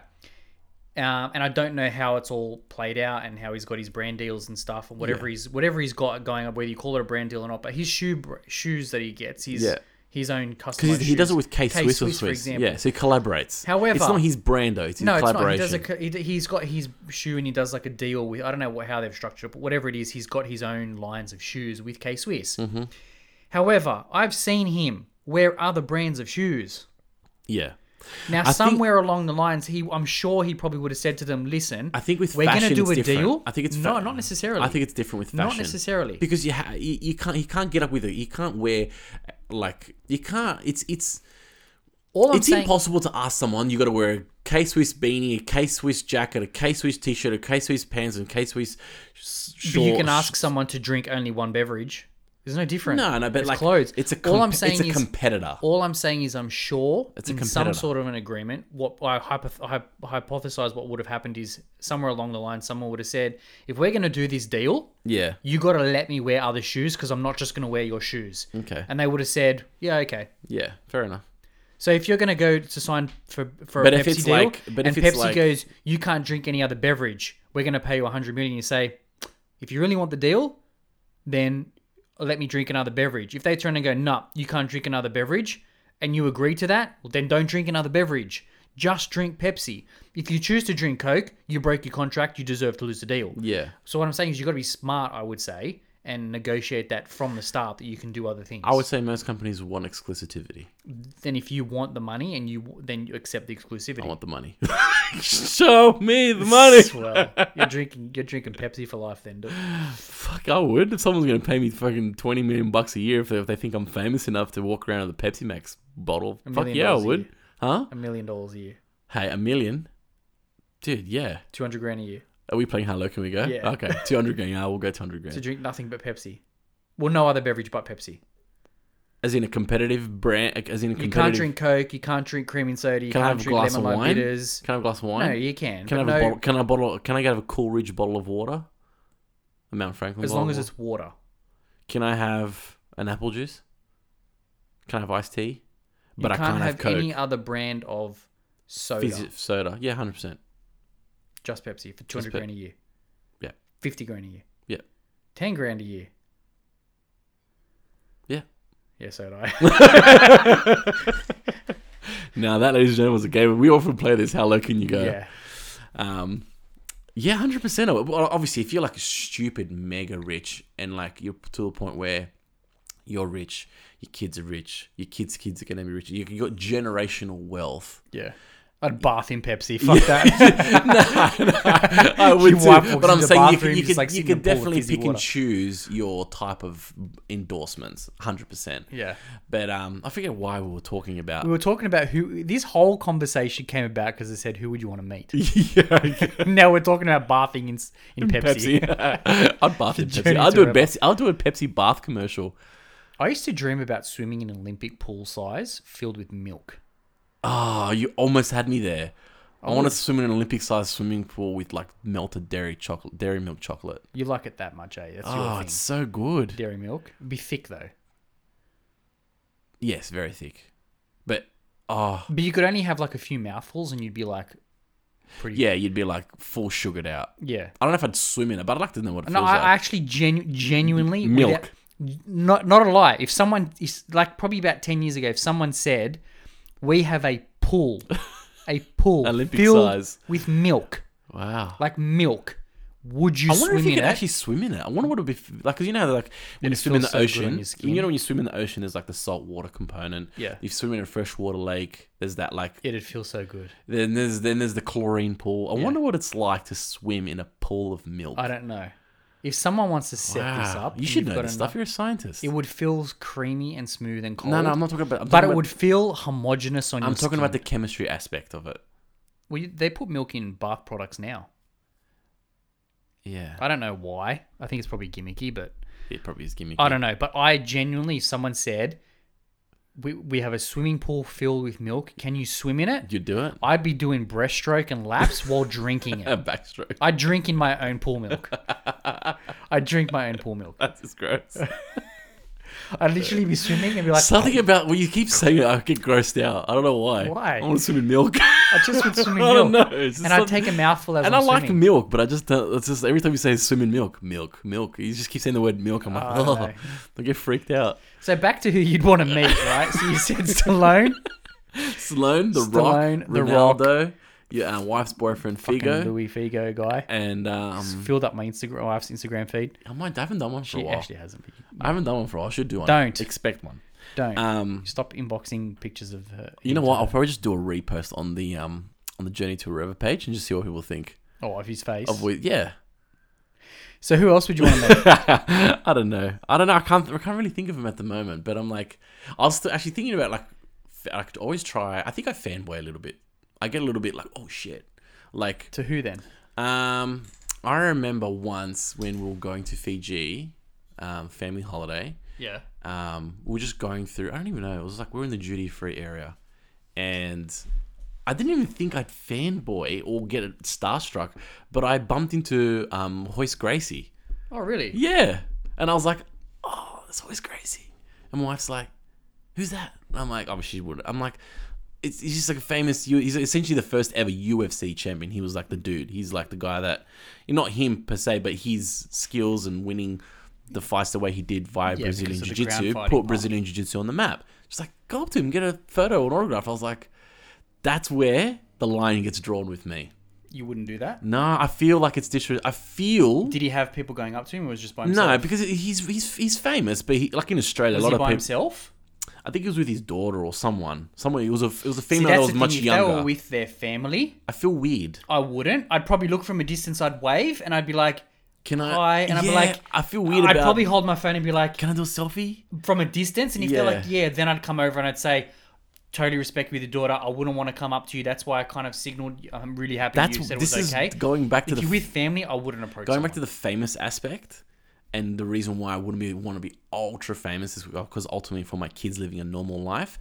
Um, and I don't know how it's all played out and how he's got his brand deals and stuff and whatever he's whatever he's got going on, whether you call it a brand deal or not. But his shoe br- shoes that he gets, his Yeah. his own custom. Because he does it with K Swiss, or Swiss, for example. yeah. So he collaborates. However- it's not his brand though; it's his No, it's not. He collaboration. does a, co- he, d- he's got his shoe and he does like a deal with, I don't know what, how they've structured it, but whatever it is, he's got his own lines of shoes with K Swiss. Mm-hmm. However, I've seen him wear other brands of shoes. yeah, Now, think- somewhere along the lines, he I'm sure he probably would have said to them, listen, I think with we're fashion, gonna do it's a different. deal. I think it's No, fa- not necessarily. I think it's different with Not fashion. necessarily. because you, ha- you you can't you can't get up with it. You can't wear uh, like you can't. It's it's All I'm it's saying, impossible to ask someone you got to wear a K Swiss beanie, a K Swiss jacket, a K Swiss t shirt, a K Swiss pants, and K Swiss shorts. but you can ask someone to drink only one beverage. There's no difference. No, no, but it's like clothes. It's a all I'm comp- saying it's a is competitor. All I'm saying is, I'm sure a in some competitor. sort of an agreement, what I hypoth- hy- hypothesize what would have happened is somewhere along the line, someone would have said, if we're going to do this deal, yeah, you got to let me wear other shoes because I'm not just going to wear your shoes. Okay. And they would have said, yeah, okay. yeah, fair enough. So if you're going to go to sign for, for But a if Pepsi it's deal, like- but and if it's Pepsi like- goes, you can't drink any other beverage, we're going to pay you 100 million, you say, if you really want the deal, then let me drink another beverage. If they turn and go, nah, you can't drink another beverage, and you agree to that, well, then don't drink another beverage. Just drink Pepsi. If you choose to drink Coke, you break your contract, you deserve to lose the deal. Yeah. So what I'm saying is you've got to be smart, I would say, and negotiate that from the start that you can do other things. I would say most companies want exclusivity. then if you want the money and you then you accept the exclusivity. (laughs) I want the money. (laughs) Show me the money. Swell. You're drinking you're drinking Pepsi for life then. dude. Fuck, I would. If someone's going to pay me fucking 20 million bucks a year if they, if they think I'm famous enough to walk around with a Pepsi Max bottle, fuck million yeah, I dollars a would. year. Huh? A million dollars a year. Hey, a million? Dude, yeah. Two hundred grand a year. Are we playing Hello? Can we go? Yeah. (laughs) Okay, 200 grand. Yeah, we'll go 200 To grand. drink nothing but Pepsi. Well, no other beverage but Pepsi. As in a competitive brand, as in a competitive. You can't drink Coke, you can't drink cream and soda, you Can I can't have a drink glass lemon of lime wine? bitters. Can I have a glass of wine? No, you can. Can I have but a no, bottle? Can I bottle? Can I have a Coolridge bottle of water? A Mount Franklin. as bottle long of as water? it's water. Can I have an apple juice? Can I have iced tea? You But I can't have, Coke. any other brand of soda. Fizzy- soda. Yeah, hundred percent. Just Pepsi for two hundred Pe- grand a year. Yeah. Fifty grand a year. Yeah. Ten grand a year. Yeah. Yeah, so do I. Now that, ladies and gentlemen, was a game we often play. This. How low can you go? yeah. Um, yeah, hundred percent. Obviously, if you're like stupid, mega rich, and like you're to the point where you're rich, your kids are rich, your kids' kids are gonna be rich. You you got generational wealth. (laughs) Yeah. I'd bath in Pepsi. Fuck that. I would Your wife too, walks but I'm into the saying you bathroom, can, you just, can, like, you sitting in a can pool of definitely fizzy pick and water. choose your type of endorsements, hundred percent. yeah. But um, I forget why we were (laughs) talking about. We were talking about who this whole conversation came about because I said, "Who would you want to meet?" (laughs) yeah, okay. (laughs) now we're talking about bathing in, s- in Pepsi. Pepsi. (laughs) I'd bath in Pepsi. journey I'll to do a wherever. Pepsi. I'll do a Pepsi bath commercial. I used to dream about swimming in an Olympic pool size filled with milk. Oh, you almost had me there. I want to swim in an Olympic-sized swimming pool with like melted dairy chocolate, dairy milk chocolate. You like it that much, eh? That's your Oh, thing. it's so good. Dairy milk. It'd be thick though. Yes, very thick, but oh But you could only have like a few mouthfuls, and you'd be like, pretty. yeah, you'd be like full sugared out. Yeah. I don't know if I'd swim in it, but I'd like to know what it No, feels I, I like. actually genu- genuinely Milk. without- not not a lie. If someone is like probably about ten years ago, if someone said, "We have a pool, a pool (laughs) Olympic filled size. with milk, wow. like milk," would you I wonder swim if you in could it? actually swim in it. I wonder what it would be f- like because you know how, like when you it swim in the feels so good on ocean. your skin. You know when you swim in the ocean, there's like the salt water component. Yeah. If you swim in a freshwater lake, there's that like It'd feel so good. Then there's then there's the chlorine pool. I wonder what it's like to swim in a pool of milk. I don't know. If someone wants to set this Wow. up, You and should you've know got this stuff. enough- You're a scientist. It would feel creamy and smooth and cold. no, no, I'm not talking about. I'm But talking it about, would feel homogenous on your I'm talking about the skin. chemistry aspect of it. Well, you- they put milk in bath products now. Yeah, I don't know why. I think it's probably gimmicky, but it probably is gimmicky. I (laughs) don't know, but I genuinely, if someone said, we, we have a swimming pool filled with milk. Can you swim in it? You do it. I'd be doing breaststroke and laps while drinking A (laughs) it. backstroke. I drink in my own pool milk. I drink my own pool milk. That's (laughs) just gross. I'd literally be swimming and be like, Something about well, you keep saying it, I get grossed out. I don't know why. Why? I want to swim in milk. (laughs) I just would swim in I don't milk. know. It's just And I'd something- take a mouthful as And I I'm like swimming. milk, but I just don't. It's just every time you say swim in milk, milk, milk. You just keep saying the word milk. I'm like, I oh, don't (laughs) know. I get freaked out. So back to who you'd want to meet, right? So you (laughs) said Stallone. Stallone, The Stallone, Rock, The Rock. Ronaldo, your uh, wife's boyfriend Fucking Figo, Louis Figo guy. and um, Filled up my Instagram, my wife's Instagram feed. I might. I haven't done one for a She while. actually hasn't. but you I haven't done one for a while. I should do one. Don't. expect one. Don't. Um, Stop inboxing pictures of her. you know what? I'll probably just do a repost on the um on the Journey to a River page and just see what people think. Oh, of his face. Of we, yeah. (laughs) So who else would you want to meet? I don't know. I don't know. I can't. I can't really think of them at the moment. But I'm like, I was th- actually thinking about like, f- I could always try. I think I fanboy a little bit. I get a little bit like, oh shit, like to who then? Um, I remember once when we were going to Fiji, um, family holiday. Yeah. Um, we were just going through. I don't even know. It was like we were in the duty free area, and I didn't even think I'd fanboy or get starstruck, but I bumped into um, Hoist Gracie. Oh, really? Yeah, and I was like, oh, that's Hoist Gracie. And my wife's like, who's that? And I'm like, oh, she would. I'm like. It's, he's just like a famous. U- He's essentially the first ever UFC champion. He was like the dude. He's like the guy that, not him per se, but his skills and winning the fights the way he did via Yeah, Brazilian because of the Jiu ground Jitsu, fighting put part. Brazilian Jiu Jitsu on the map. Just like, go up to him, get a photo, an autograph. I was like, that's where the line gets drawn with me. You wouldn't do that. Nah, I feel like it's disrespect. I feel. Did he have people going up to him, or was it just by himself? No, because he's he's he's famous, but he, like in Australia, was a lot he of by people. himself? I think he was with his daughter or someone. Someone. It was a it was a See, female that's that was the much thing. If they younger. were with their family, I feel weird. I wouldn't. I'd probably look from a distance. I'd wave, and I'd be like, Can I? Hi, and I'd be Yeah, like- I feel weird I'd about. probably hold my phone and be like, Can I do a selfie? from a distance. And if they're Yeah. like, yeah, then I'd come over and I'd say, totally respect with your daughter. I wouldn't want to come up to you. That's why I kind of signaled. I'm really happy That's you said this it was is okay. going back to If the you're with family, I wouldn't approach. going back someone. to the famous aspect, and the reason why I wouldn't be want to be ultra famous is because ultimately for my kids living a normal life.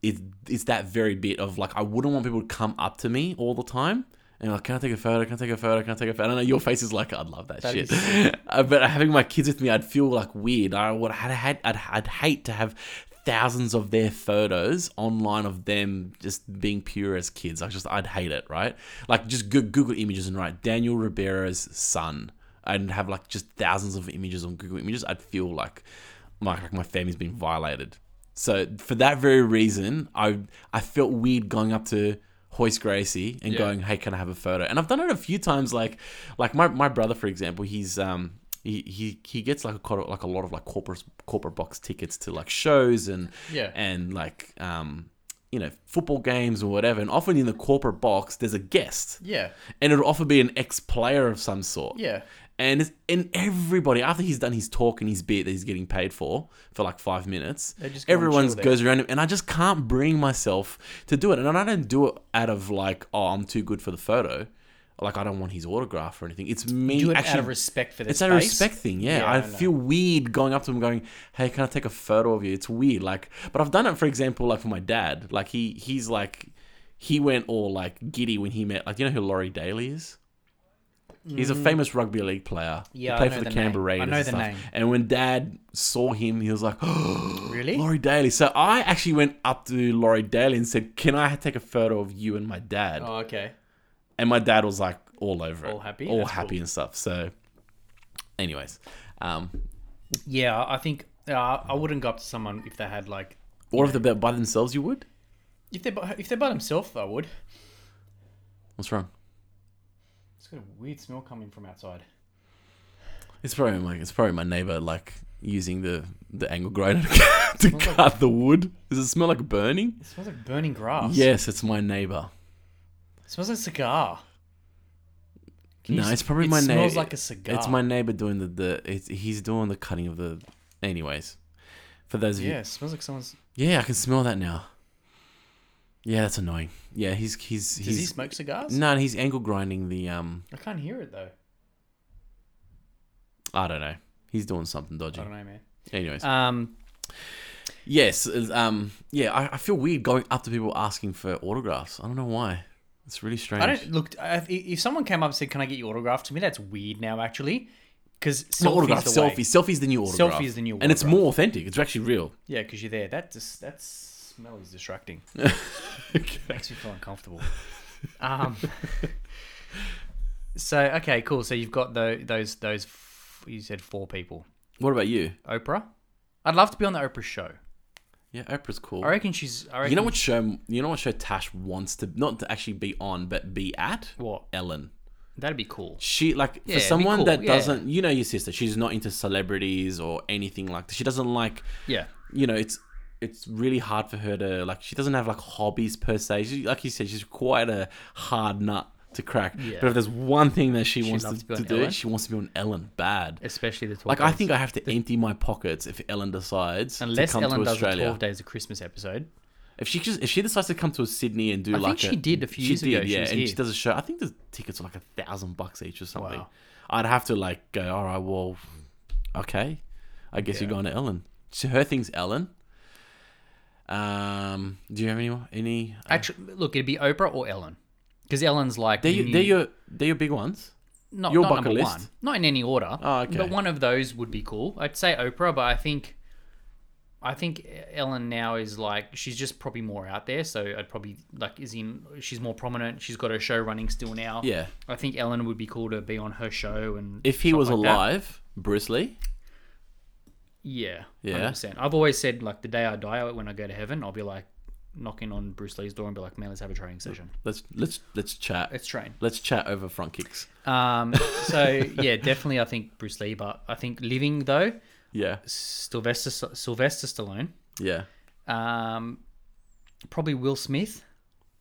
It, it's that very bit of like I wouldn't want people to come up to me all the time and like can I take a photo can I take a photo can I take a photo I know your face is like I'd love that, That shit is (laughs) Uh, but having my kids with me I'd feel like weird I would had had I'd, I'd hate to have thousands of their photos online of them just being pure as kids I just I'd hate it right like just go- Google images and write Daniel Ribera's son and have like just thousands of images on Google images I'd feel like my like my family's been violated. So for that very reason, I I felt weird going up to Hoist Gracie and Yeah. going, "Hey, can I have a photo?" And I've done it a few times. Like like my, my brother, for example, he's um he he, he gets like a quite a- like a lot of like corporate corporate box tickets to like shows and Yeah. and like um you know football games or whatever. And often in the corporate box, there's a guest, yeah, and it'll often be an ex player of some sort. yeah, And it's, and everybody after he's done his talk and his bit that he's getting paid for for like five minutes, They just go and everyone chill there. goes around him, and I just can't bring myself to do it. And I don't do it out of like, oh, I'm too good for the photo, like I don't want his autograph or anything. It's me do it actually. out of respect for their it's space. a respect thing, yeah. Yeah, I, I know. feel weird going up to him, going, "Hey, can I take a photo of you?" It's weird, like. But I've done it, for example, like for my dad. Like he, he's like, he went all like giddy when he met, like you know who Laurie Daly is. He's a famous rugby league player. Yeah, I he played know for the, the name. Canberra Raiders. I know and the stuff. name. And when Dad saw him, he was like, (gasps) "Oh, Really? Laurie Daly." So I actually went up to Laurie Daly and said, "Can I take a photo of you and my dad?" Oh, okay. And my dad was like, all over it, All happy? all That's happy cool. and stuff. So, anyways, um, Yeah, I think uh, I wouldn't go up to someone if they had like or if they're by themselves, you would. if they are if they're by themselves. I would. What's wrong? It's got a weird smell coming from outside. It's probably my it's probably my neighbor like using the the angle grinder (laughs) to cut the wood. Does it smell like burning? It smells like burning grass. Yes, it's my neighbor. It smells like cigar. Can you No, s- it's probably it my neighbor. smells like a cigar. It's my neighbor doing the the. It's, he's doing the cutting of the. Anyways, for those of Yeah, it smells like someone's. you, yeah, I can smell that now. Yeah, that's annoying. Yeah, he's he's Does he he's smoke cigars? no, he's angle grinding the um. I can't hear it though. I don't know. He's doing something I dodgy. don't know, man. Anyways, Um, yes, is, um, yeah, I, I feel weird going up to people asking for autographs. I don't know why. It's really strange. I don't look. I, if someone came up and said, "Can I get your autograph?" To me, that's weird now, actually, because Not selfies autograph, the selfie. way. Selfie's the new autograph. Selfie's the new And it's autograph. more authentic. It's actually real. Yeah, because you're there. That just that smell is (laughs) distracting. Makes me feel uncomfortable. Um. (laughs) so okay, cool. So you've got tho- those those f- you said four people. What about you? Oprah. I'd love to be on the Oprah show. Yeah, Oprah's cool. I reckon she's. I reckon, You know what show? You know what show Tash wants to not to actually be on, but be at What? Ellen. That'd be cool. She Yeah, like for it'd be someone cool, that yeah. doesn't. You know your sister. She's not into celebrities or anything like. that. She doesn't like. Yeah. You know it's it's really hard for her to like. She doesn't have like hobbies per se. She, like you said, she's quite a hard nut to crack. Yeah. But if there's one thing that she, wants to, loves to be to on do, Ellen? she wants to be on Ellen bad. Especially the 12 Like I days. think I have to empty my pockets if Ellen decides Unless to come Ellen to does the Australia. 12 Days of Christmas episode. If she just if she decides to come to Sydney and do I like think she did a few years ago. She was and she here. does a show. I think the tickets are like a thousand bucks each or something. Wow. I'd have to like go. All right, well, okay, I guess you're Yeah. going to Ellen. So her thing's Ellen. Um, do you have any any? Uh, Actually, look, it'd be Oprah or Ellen. Because Ellen's like. they're, the your, new- they're your they're your big ones. not, your not bucket number list? one. Not in any order. Oh, okay. But one of those would be cool. I'd say Oprah, but I think I think Ellen now is like she's just probably more out there, so I'd probably like is in she's more prominent. She's got her show running still now. Yeah. I think Ellen would be cool to be on her show and If he stuff was like that. alive, Bruce Lee. yeah, Yeah. 100%. I've always said like the day I die, when I go to heaven, I'll be like knocking on Bruce Lee's door and be like, man, let's have a training session. Let's let's let's chat. Let's train. Let's chat over front kicks. Um, so yeah, definitely I think Bruce Lee, but I think living though Yeah. Sylvester Sylvester Stallone, Yeah. um, probably Will Smith.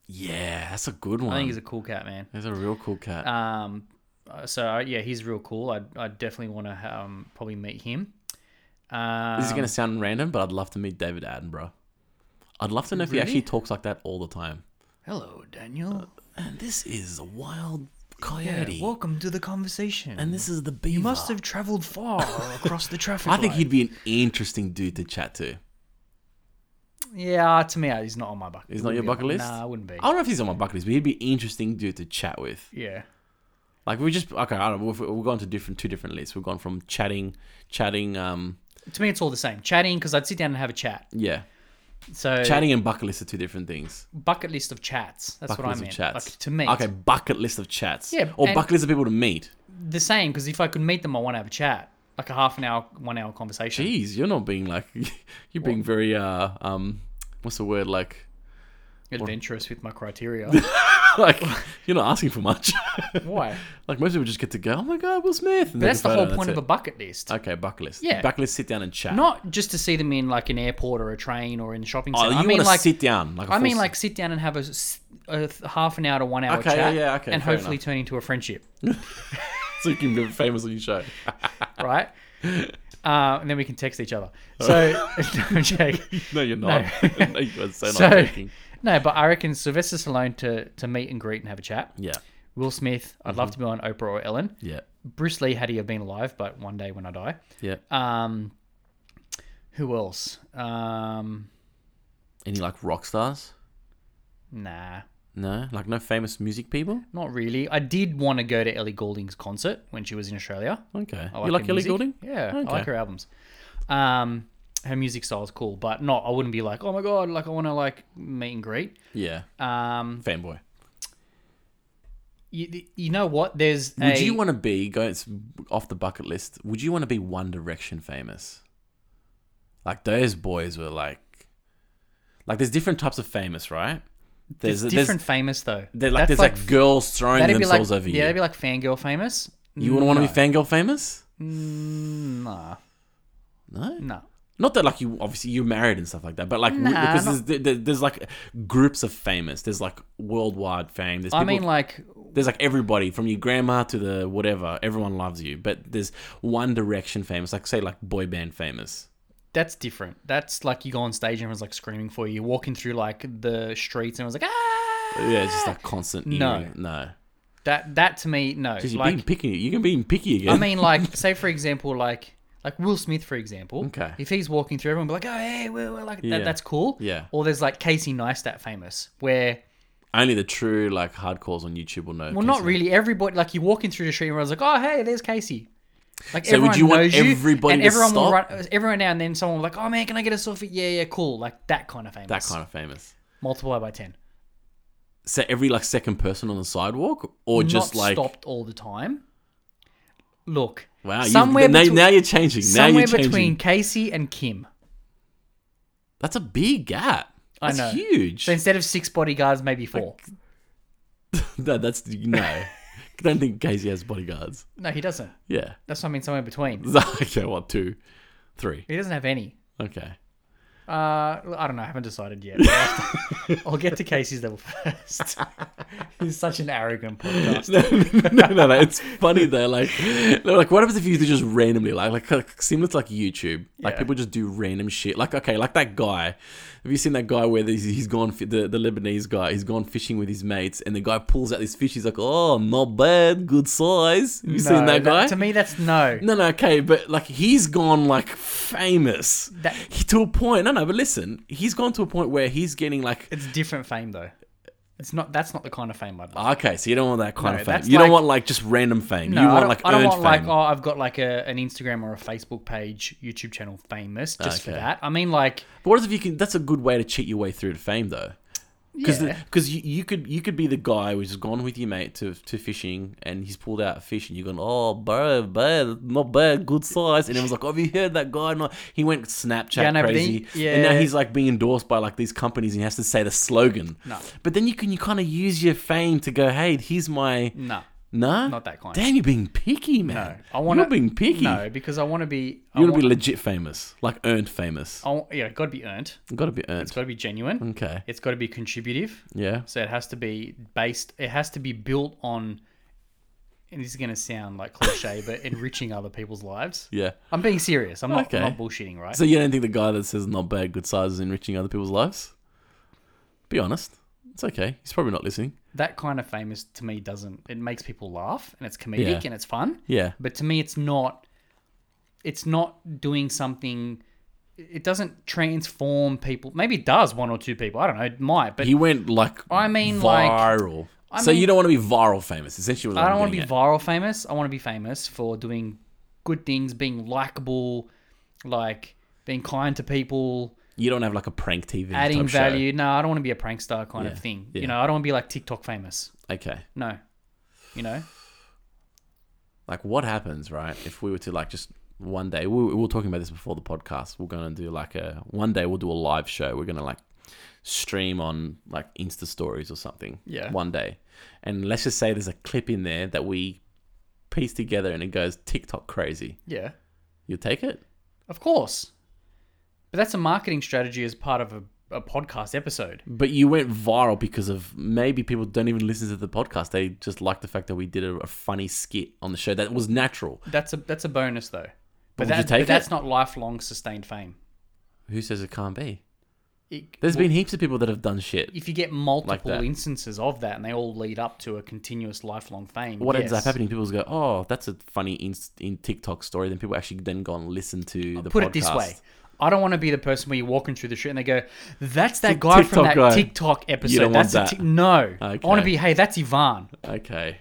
Yeah, that's a good one. I think he's a cool cat, man. He's a real cool cat. Um, uh, so uh, yeah, he's real cool. I'd, I'd definitely want to um, probably meet him. Um, this is going to sound random, but I'd love to meet David Attenborough. I'd love to know if he Really? actually talks like that all the time. hello, Daniel. And this is a wild uh, Yeah, coyote. welcome to the conversation. and this is the beaver. you must have travelled far across (laughs) the traffic. I think light. he'd be an interesting dude to chat to. Yeah, to me, uh, he's not on my bucket. He's not your Wouldn't be bucket on- list? Nah, I wouldn't be. I don't know if he's on my bucket list, but he'd be an interesting dude to chat with. yeah, Like we just okay, I don't know. We've, we've gone to different two different lists. We've gone from chatting, chatting, um, to me, it's all the same. Chatting because I'd sit down and have a chat. yeah, So chatting and bucket list are two different things. bucket list of chats. That's Bucket what I list meant. of chats. Like, to me, okay, bucket list of chats. Yeah, or and- bucket list of people to meet. the same. Because if I could meet them, I want to have a chat, like a half an hour, one hour conversation. Jeez, you're not being like, (laughs) you're being very uh um, what's the word like? (laughs) Adventurous with my criteria. like you're not asking for much. (laughs) Why? like most people just get to go. Oh my god, Will Smith. And But that's the whole point of a a. bucket list. (laughs) Okay, bucket list. Yeah. bucket list. Sit down and chat. Not just to see them in like an airport or a train or in a shopping oh, center. you I mean, want to like sit down? Like a I mean, full- like sit down and have a, s- a th- half an hour to one hour Okay, chat, yeah, yeah, okay, and fair hopefully enough. turn into a (laughs) friendship, (laughs) so you can be famous on (laughs) your show. right? uh, and then we can text each (laughs) other. So, (laughs) no, Jake. No, you're not. (laughs) No, you are so (laughs) not So- joking. no, but I reckon Sylvester Stallone to to meet and greet and have a chat. Yeah, Will Smith, I'd Mm-hmm. love to be on Oprah or Ellen. yeah, Bruce Lee, had he have been alive, but one day when I die. yeah. Um, who else? Um, Any like rock stars? nah. No, like no famous music people. Not really. I did want to go to Ellie Goulding's concert when she was in Australia. Okay, I you like her Ellie music. Goulding? Yeah, Okay. I like her albums. Um, her music style is cool, but not. I wouldn't be like, oh my god, like I want to like meet and greet. Yeah, Um, fanboy. you, you know what? There's Would a, you want to be going it's off the bucket list? Would you want to be One Direction famous? Like those boys were like, like there's different types of famous, right? There's there's different famous though. There's, like there's like, girls throwing that'd be like themselves over yeah, you. that'd be like fangirl famous. you wouldn't want to be fangirl famous? Mm, nah, No, no. not that like you obviously you're married and stuff like that, but like w- Nah, because not- there's, there- there's like groups of famous. There's like worldwide fame. There's I people, mean, like, there's like everybody from your grandma to the whatever. Everyone loves you, but there's One Direction famous, like say like boy band famous. that's different. That's like you go on stage, and everyone's like screaming for you. You're walking through like the streets, and everyone's like, ah. Yeah, it's just like constant. No. eating. no. That that to me, no. Because you're Like being picky. You're gonna be picky again. I mean, like, (laughs) say for example, like like Will Smith, for example. Okay. If he's walking through, everyone be like, "Oh, hey, Will," Will," like Yeah. that, that's cool. Yeah. Or there's like Casey Neistat, famous, where only the true like hardcores on YouTube will know. well, not really. Everybody like you're walking through the street, and everyone's like, "Oh, hey, there's Casey." Like So would everyone you want knows everybody and to everyone will stop? run every now and then someone will like, "Oh man, can I get a selfie?" Yeah, yeah, cool. Like that kind of famous. that kind of famous. multiply by ten. So every like second person on the sidewalk, or just not like stopped all the time. Look, wow, you, somewhere now, between- now you're changing. Now somewhere you're changing. between Casey and Kim. That's a big gap. I That's know. huge. (laughs) So instead of six bodyguards, maybe four. no, that's no. I (laughs) don't think Casey has bodyguards. No, he doesn't. Yeah. (laughs) That's what I mean. Somewhere between. okay, what two, three? He doesn't have any. Okay. Uh, I don't know. I haven't decided yet. I'll have to- I'll get to Casey's level first. (laughs) He's such an arrogant podcast. (laughs) no, no, no, no, it's funny though. Like, no, like, what happens if you do just randomly, like, like, like similar to like YouTube, like Yeah. people just do random shit. Like, okay, like that guy. Have you seen that guy where he's, he's gone fi- the the Lebanese guy? He's gone fishing with his mates, and the guy pulls out this fish. He's like, oh, not bad, good size. Have you seen that guy? To me, that's no. No, no, okay, but like he's gone like famous That- He- to a point. No, no, but listen, he's gone to a point where he's getting like It's different fame though. It's not. That's not the kind of fame I'd like. Okay, so you don't want that kind No, of fame. that's You don't like- want like just random fame. No, you I want don't, like I don't earned want fame. like oh, I've got like a, an Instagram or a Facebook page, YouTube channel, famous just for Okay. that. I mean, like But what if you can? That's a good way to cheat your way through to fame, though. Because Yeah. because you, you could you could be the guy who's gone with your mate to, to fishing and he's pulled out a fish and you're going oh bro bro not bad good size and it was like have you heard that guy not he went Snapchat Yeah, no, but then- crazy and now yeah. he's like being endorsed by like these companies and he has to say the slogan No. but then you can you kind of use your fame to go hey here's my no, no Not that kind. damn you're being picky man no. I want you're being picky No, because I want to be. I you want want, to be legit famous like earned famous I want, yeah, got to be earned. got to be earned It's got to be genuine. okay It's got to be contributive. yeah So it has to be based. It has to be built on. And this is going to sound like cliche, (laughs) but enriching other people's lives. yeah. I'm being serious. I'm not, Okay. I'm not bullshitting, right? So you don't think the guy that says not bad, good size is enriching other people's lives? Be honest. It's okay. He's probably not listening. that kind of famous to me doesn't. It makes people laugh and it's comedic Yeah. and it's fun. Yeah. But to me, it's not. It's not doing something. It doesn't transform people. Maybe it does one or two people. I don't know. It might, but He went like I mean, like- viral. so mean- you don't want to be viral famous. Essentially, what I don't want to be viral famous. I want to be famous for doing good things, being likable, like being kind to people, You don't have like a prank TV. adding type show. value. No, I don't want to be a prank star kind Yeah, of thing. yeah. You know, I don't want to be like TikTok famous. Okay. No. You know? Like what happens, right? If we were to like just one day, we, we were talking about this before the podcast. We're gonna do like a one day we'll do a live show. We're gonna like stream on like Insta stories or something. Yeah. One day, and let's just say there's a clip in there that we piece together and it goes TikTok crazy. Yeah. You'll take it. Of course. But that's a marketing strategy as part of a, a podcast episode. But you went viral because of maybe people don't even listen to the podcast. They just like the fact that we did a, a funny skit on the show that was natural. That's a that's a bonus though. But, would you that, take but it? that's not lifelong sustained fame. Who says it can't be? It, There's been heaps of people that have done shit. if you get multiple that. instances of that and they all lead up to a continuous lifelong fame, what ends yes. up happening, people just go, "Oh, that's a funny in, in TikTok story." Then people actually then go and listen to the Put podcast. it this way. I don't want to be the person where you're walking through the street and they go, "That's that guy TikTok from that guy." TikTok episode." don't want that's that. A tic- no. I Okay. want to be, "Hey, that's Ivan." Okay,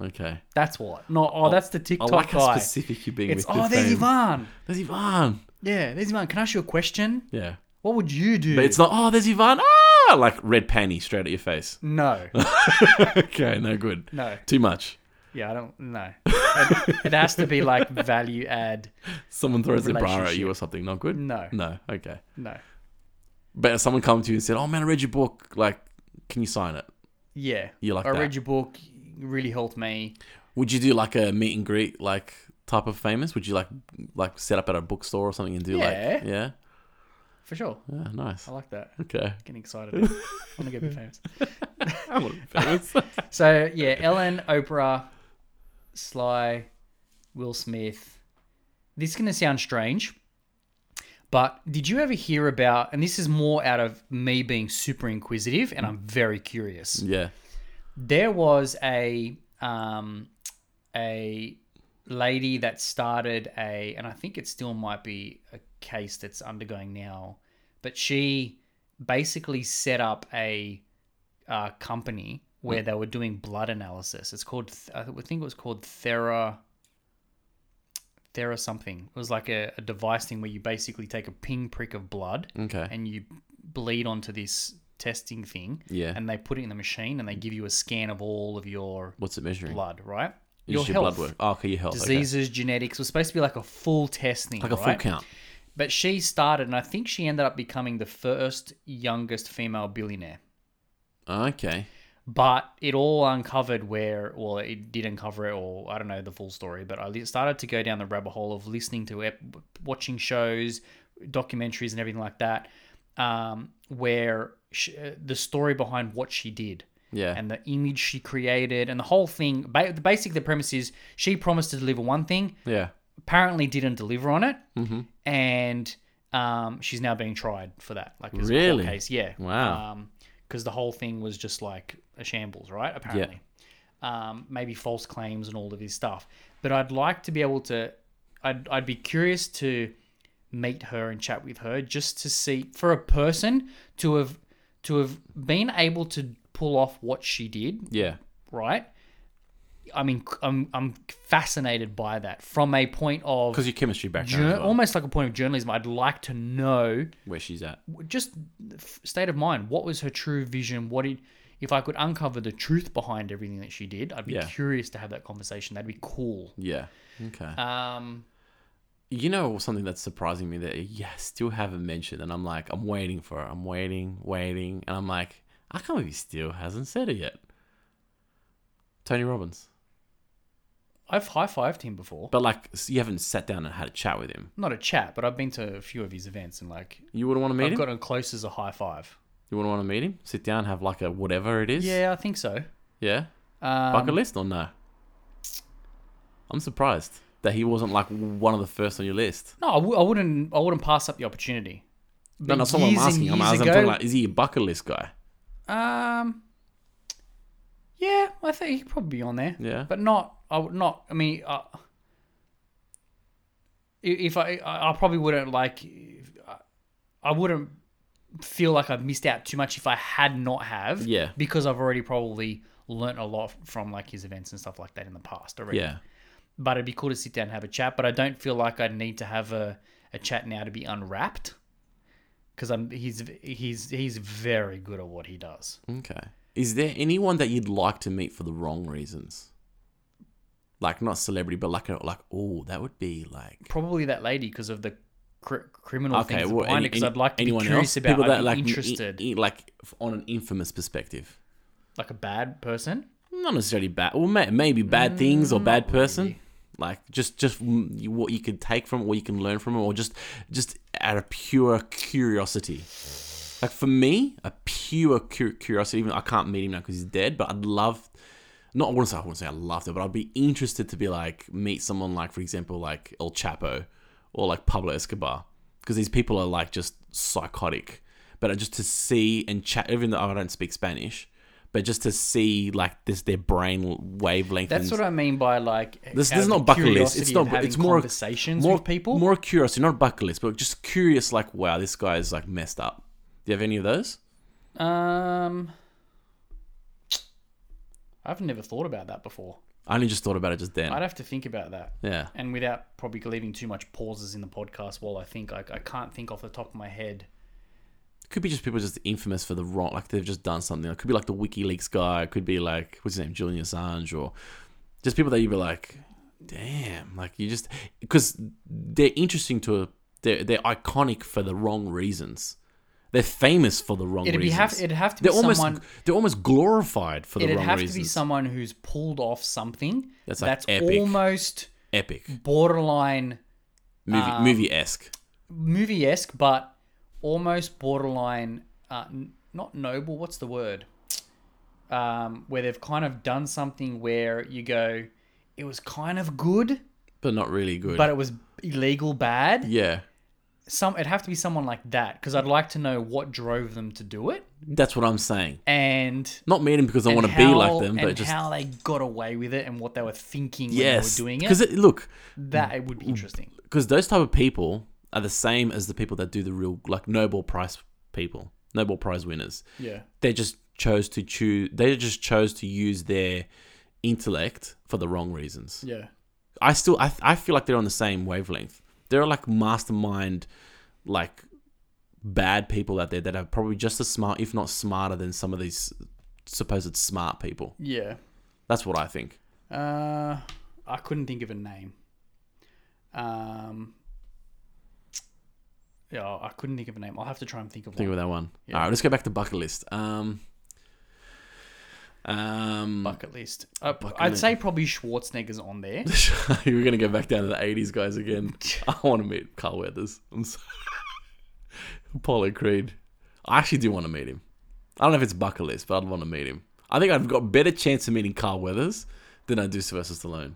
okay. That's what. Not, "Oh, that's the I TikTok like how guy." specific you're being It's, with "Oh, the there's fame. Ivan." There's Ivan. Yeah, there's Ivan. Can I ask you a question? Yeah, What would you do? but it's not. Oh, there's Ivan. Ah, like red panty straight at (laughs) your face. no. (laughs) okay, no good. No. too much. Yeah, I don't (laughs) no. It, it has to be like value add. Someone throws their bra at you Relationship. or something. Not good. No. No. Okay. No. But if someone comes to you and said, "Oh man, I read your book. Like, can you sign it?" Yeah. You like I that. read your book, you really helped me. Would you do like a meet and greet like type of famous? Would you like like set up at a bookstore or something and do Yeah. like yeah? For sure. Yeah, nice. I like that. (laughs) Okay. Getting (laughs) excited. I want to get a bit famous. I want to be famous. So yeah, Ellen, Oprah, Sly, Will Smith. This is gonna sound strange, but did you ever hear about? And this is more out of me being super inquisitive, and I'm very curious. (laughs) yeah. There was a um, a lady that started a, and I think it still might be a case that's undergoing now, but she basically set up a uh, company where they were doing blood analysis. It's called, Th- I think it was called Thera. Thera something. It was like a, a device thing where you basically take a ping prick of blood Okay. and you bleed onto this testing thing Yeah. and they put it in the machine and they give you a scan of all of your What's it measuring? blood, right? It's Your just health, blood work. Oh, okay, your health. diseases, genetics was supposed to be like a full test thing, Okay. Like a right? full count. But she started, and I think she ended up becoming the first youngest female billionaire. Oh, Okay. But it all uncovered where, well, it did uncover it, or I don't know the full story. But I li- started to go down the rabbit hole of listening to, ep- watching shows, documentaries, and everything like that, um, where sh uh, the story behind what she did Yeah. and the image she created and the whole thing. Ba- basically, the premise is she promised to deliver one thing, yeah. apparently didn't deliver on it, Mm-hmm. and um, she's now being tried for that. Like it's a court Really? case, yeah. Wow. Because the whole thing was just like a shambles, right? Apparently, um, maybe false claims and all of this stuff. But I'd like to be able to. I'd I'd be curious to meet her and chat with her just to see for a person to have to have been able to pull off what she did, Yeah. right? I mean, I'm I'm fascinated by that from a point of Because your chemistry background, jour- as well, almost like a point of journalism. I'd like to know where she's at. just the f- state of mind. What was her true vision? What did if I could uncover the truth behind everything that she did? I'd be Yeah. curious to have that conversation. That'd be cool. Yeah. Okay. Um, you know something that's surprising me that you still haven't mentioned, and I'm like, I'm waiting for it. I'm waiting, waiting, and I'm like, I can't believe he still hasn't said it yet. Tony Robbins, I've high fived him before. but like, s- you haven't sat down and had a chat with him. Not a chat, but I've been to a few of his events and like You wouldn't want to meet him. I've gotten close as a high five. you wouldn't want to meet him. Sit down, have like a whatever it is. Yeah, I think so. Yeah. Um, Bucket list or no? I'm surprised that he wasn't like one of the first on your list. no, I, w- I wouldn't. I wouldn't pass up the opportunity. No, no, that's not what I'm years and asking. I'm, years I'm ago- talking like, is he a bucket list guy? Um, yeah, I think he'd probably be on there. Yeah. but not. I would not. I mean, uh, i- if I, I I probably wouldn't like. I- I wouldn't feel like I've missed out too much if I had not have. Yeah. because I've already probably learnt a lot from like his events and stuff like that in the past already. Yeah. but it'd be cool to sit down and have a chat. But I don't feel like I need to have a, a chat now to be unwrapped because I'm he's he's he's very good at what he does. Okay. Is there anyone that you'd like to meet for the wrong reasons? Like not celebrity, but like a, like oh, that would be like Probably that lady because of the cr- criminal okay. things Well, behind any- it. Because any- I'd like to be anyone curious else? about. people I'd that be like in- interested, in- like f- on an infamous perspective, like a bad person. not necessarily bad. Well, may, maybe bad things or bad person. Like just just mm, you- what you could take from, it, what you can learn from, it, or just just out of pure curiosity. Like for me, a pure cu- curiosity. Even I can't meet him now because he's dead, but I'd love. Not I wouldn't say I wouldn't say I loved it, but I'd be interested to be like meet someone like for example like El Chapo or like Pablo Escobar because these people are like just psychotic. But just to see and chat, even though I don't speak Spanish, but just to see like this their brain wavelength. That's and what I mean by like. this, out this of is not bucket list. curiosity It's of not. having It's more conversations more with people. More curiosity, not bucket list, but just curious. Like, wow, this guy is like messed up. Do you have any of those? um, I've never thought about that before. I only just thought about it just then. I'd have to think about that. yeah, and without probably leaving too much pauses in the podcast while I think I, I can't think off the top of my head. could be just people just infamous for the wrong. Like they've just done something. It could be like the WikiLeaks guy. It could be like what's his name, Julian Assange, or just people that you'd be like, damn, like you just because they're interesting to a. They're, they're iconic for the wrong reasons. They're famous for the wrong It'd be reasons. have it'd have to be they're almost someone they're almost glorified for the it'd wrong have reasons. to be someone who's pulled off something That's like epic. almost epic borderline movie Um, movie esque. movie esque, but almost borderline uh, n- not noble. What's the word? Um, where they've kind of done something where you go, it was kind of good, but not really good. but it was illegal bad. yeah, some it'd have to be someone like that because I'd like to know what drove them to do it that's what I'm saying. and Not mean because I and want to be like how- them, but and just how they got away with it and what they were thinking yes, when they were doing because it. it, look, That it would be interesting. because those type of people are the same as the people that do the real like Nobel Prize people, Nobel Prize winners. Yeah, They just chose to choose. They just chose to use their intellect for the wrong reasons. yeah, I still I, I feel like they're on the same wavelength. There are like mastermind like bad people out there that are probably just as smart, if not smarter, than some of these supposed smart people. yeah. That's what I think. Uh, I couldn't think of a name. Um, yeah, I couldn't think of a name. I'll have to try and think of Think one. of that one. All right, let's go back to bucket list. Um, um, Bucket list. Uh, Bucket I'd list. say probably Schwarzenegger's on (laughs) there. we're gonna go back down to the '80s guys again. I want to meet Carl Weathers. I'm so (laughs) Apollo Creed. I actually do want to meet him. I don't know if it's bucket list, but I'd want to meet him. I think I've got better chance of meeting Carl Weathers than I do Sylvester Stallone.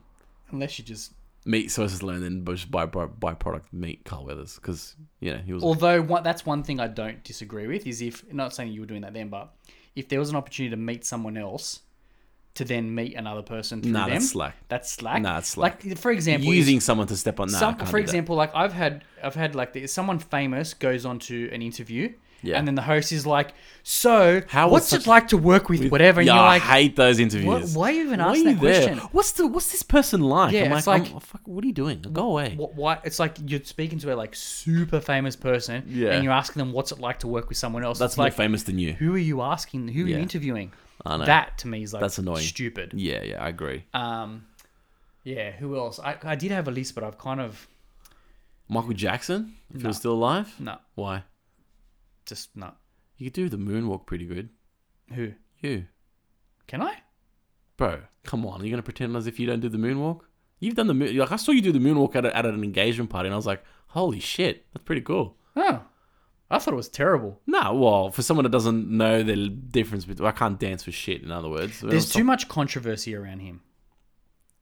Unless you just Meet Sylvester Stallone, then just by by byproduct meet Carl Weathers because you know he was. Although one, that's one thing I don't disagree with is if not saying you were doing that then, but if there was an opportunity to meet someone else, to then meet another person through (laughs) Nah, them, that's slack. That's slack. Nah, it's slack. Like for example, if using someone to step on. Nah, I some, can't for do that. example, like I've had I've had like this, someone famous goes on to an interview Yeah. And then the host is like, "So, How was what's such- it like to work with, whatever?" And yeah, you're I like, hate those "What- interviews. "Why even Why ask are that you there? question?" What's the what's this person like? Yeah, I'm like, it's I'm- like- oh, fuck, what are you doing? Go away. Wh- Why? It's like you're speaking to a like super famous person, Yeah. and you're asking them what's it like to work with someone else. That's it's more like, famous than you. who are you asking? Who are Yeah. you interviewing? I know. That to me is like That's annoying. Stupid. Yeah, yeah, I agree. Um, yeah. Who else? I, I did have a list, but I've kind of Michael Jackson, if he was still alive, no, why? just not. You could do the moonwalk pretty good. Who You, can I? bro, come on. Are you gonna pretend as if you don't do the moonwalk? You've done the moon. Like I saw you do the moonwalk at, a, at an engagement party, and I was like, holy shit, that's pretty cool. Oh, I thought it was terrible. Nah, well, for someone that doesn't know the difference between, I can't dance for shit. In other words, There's too much controversy around him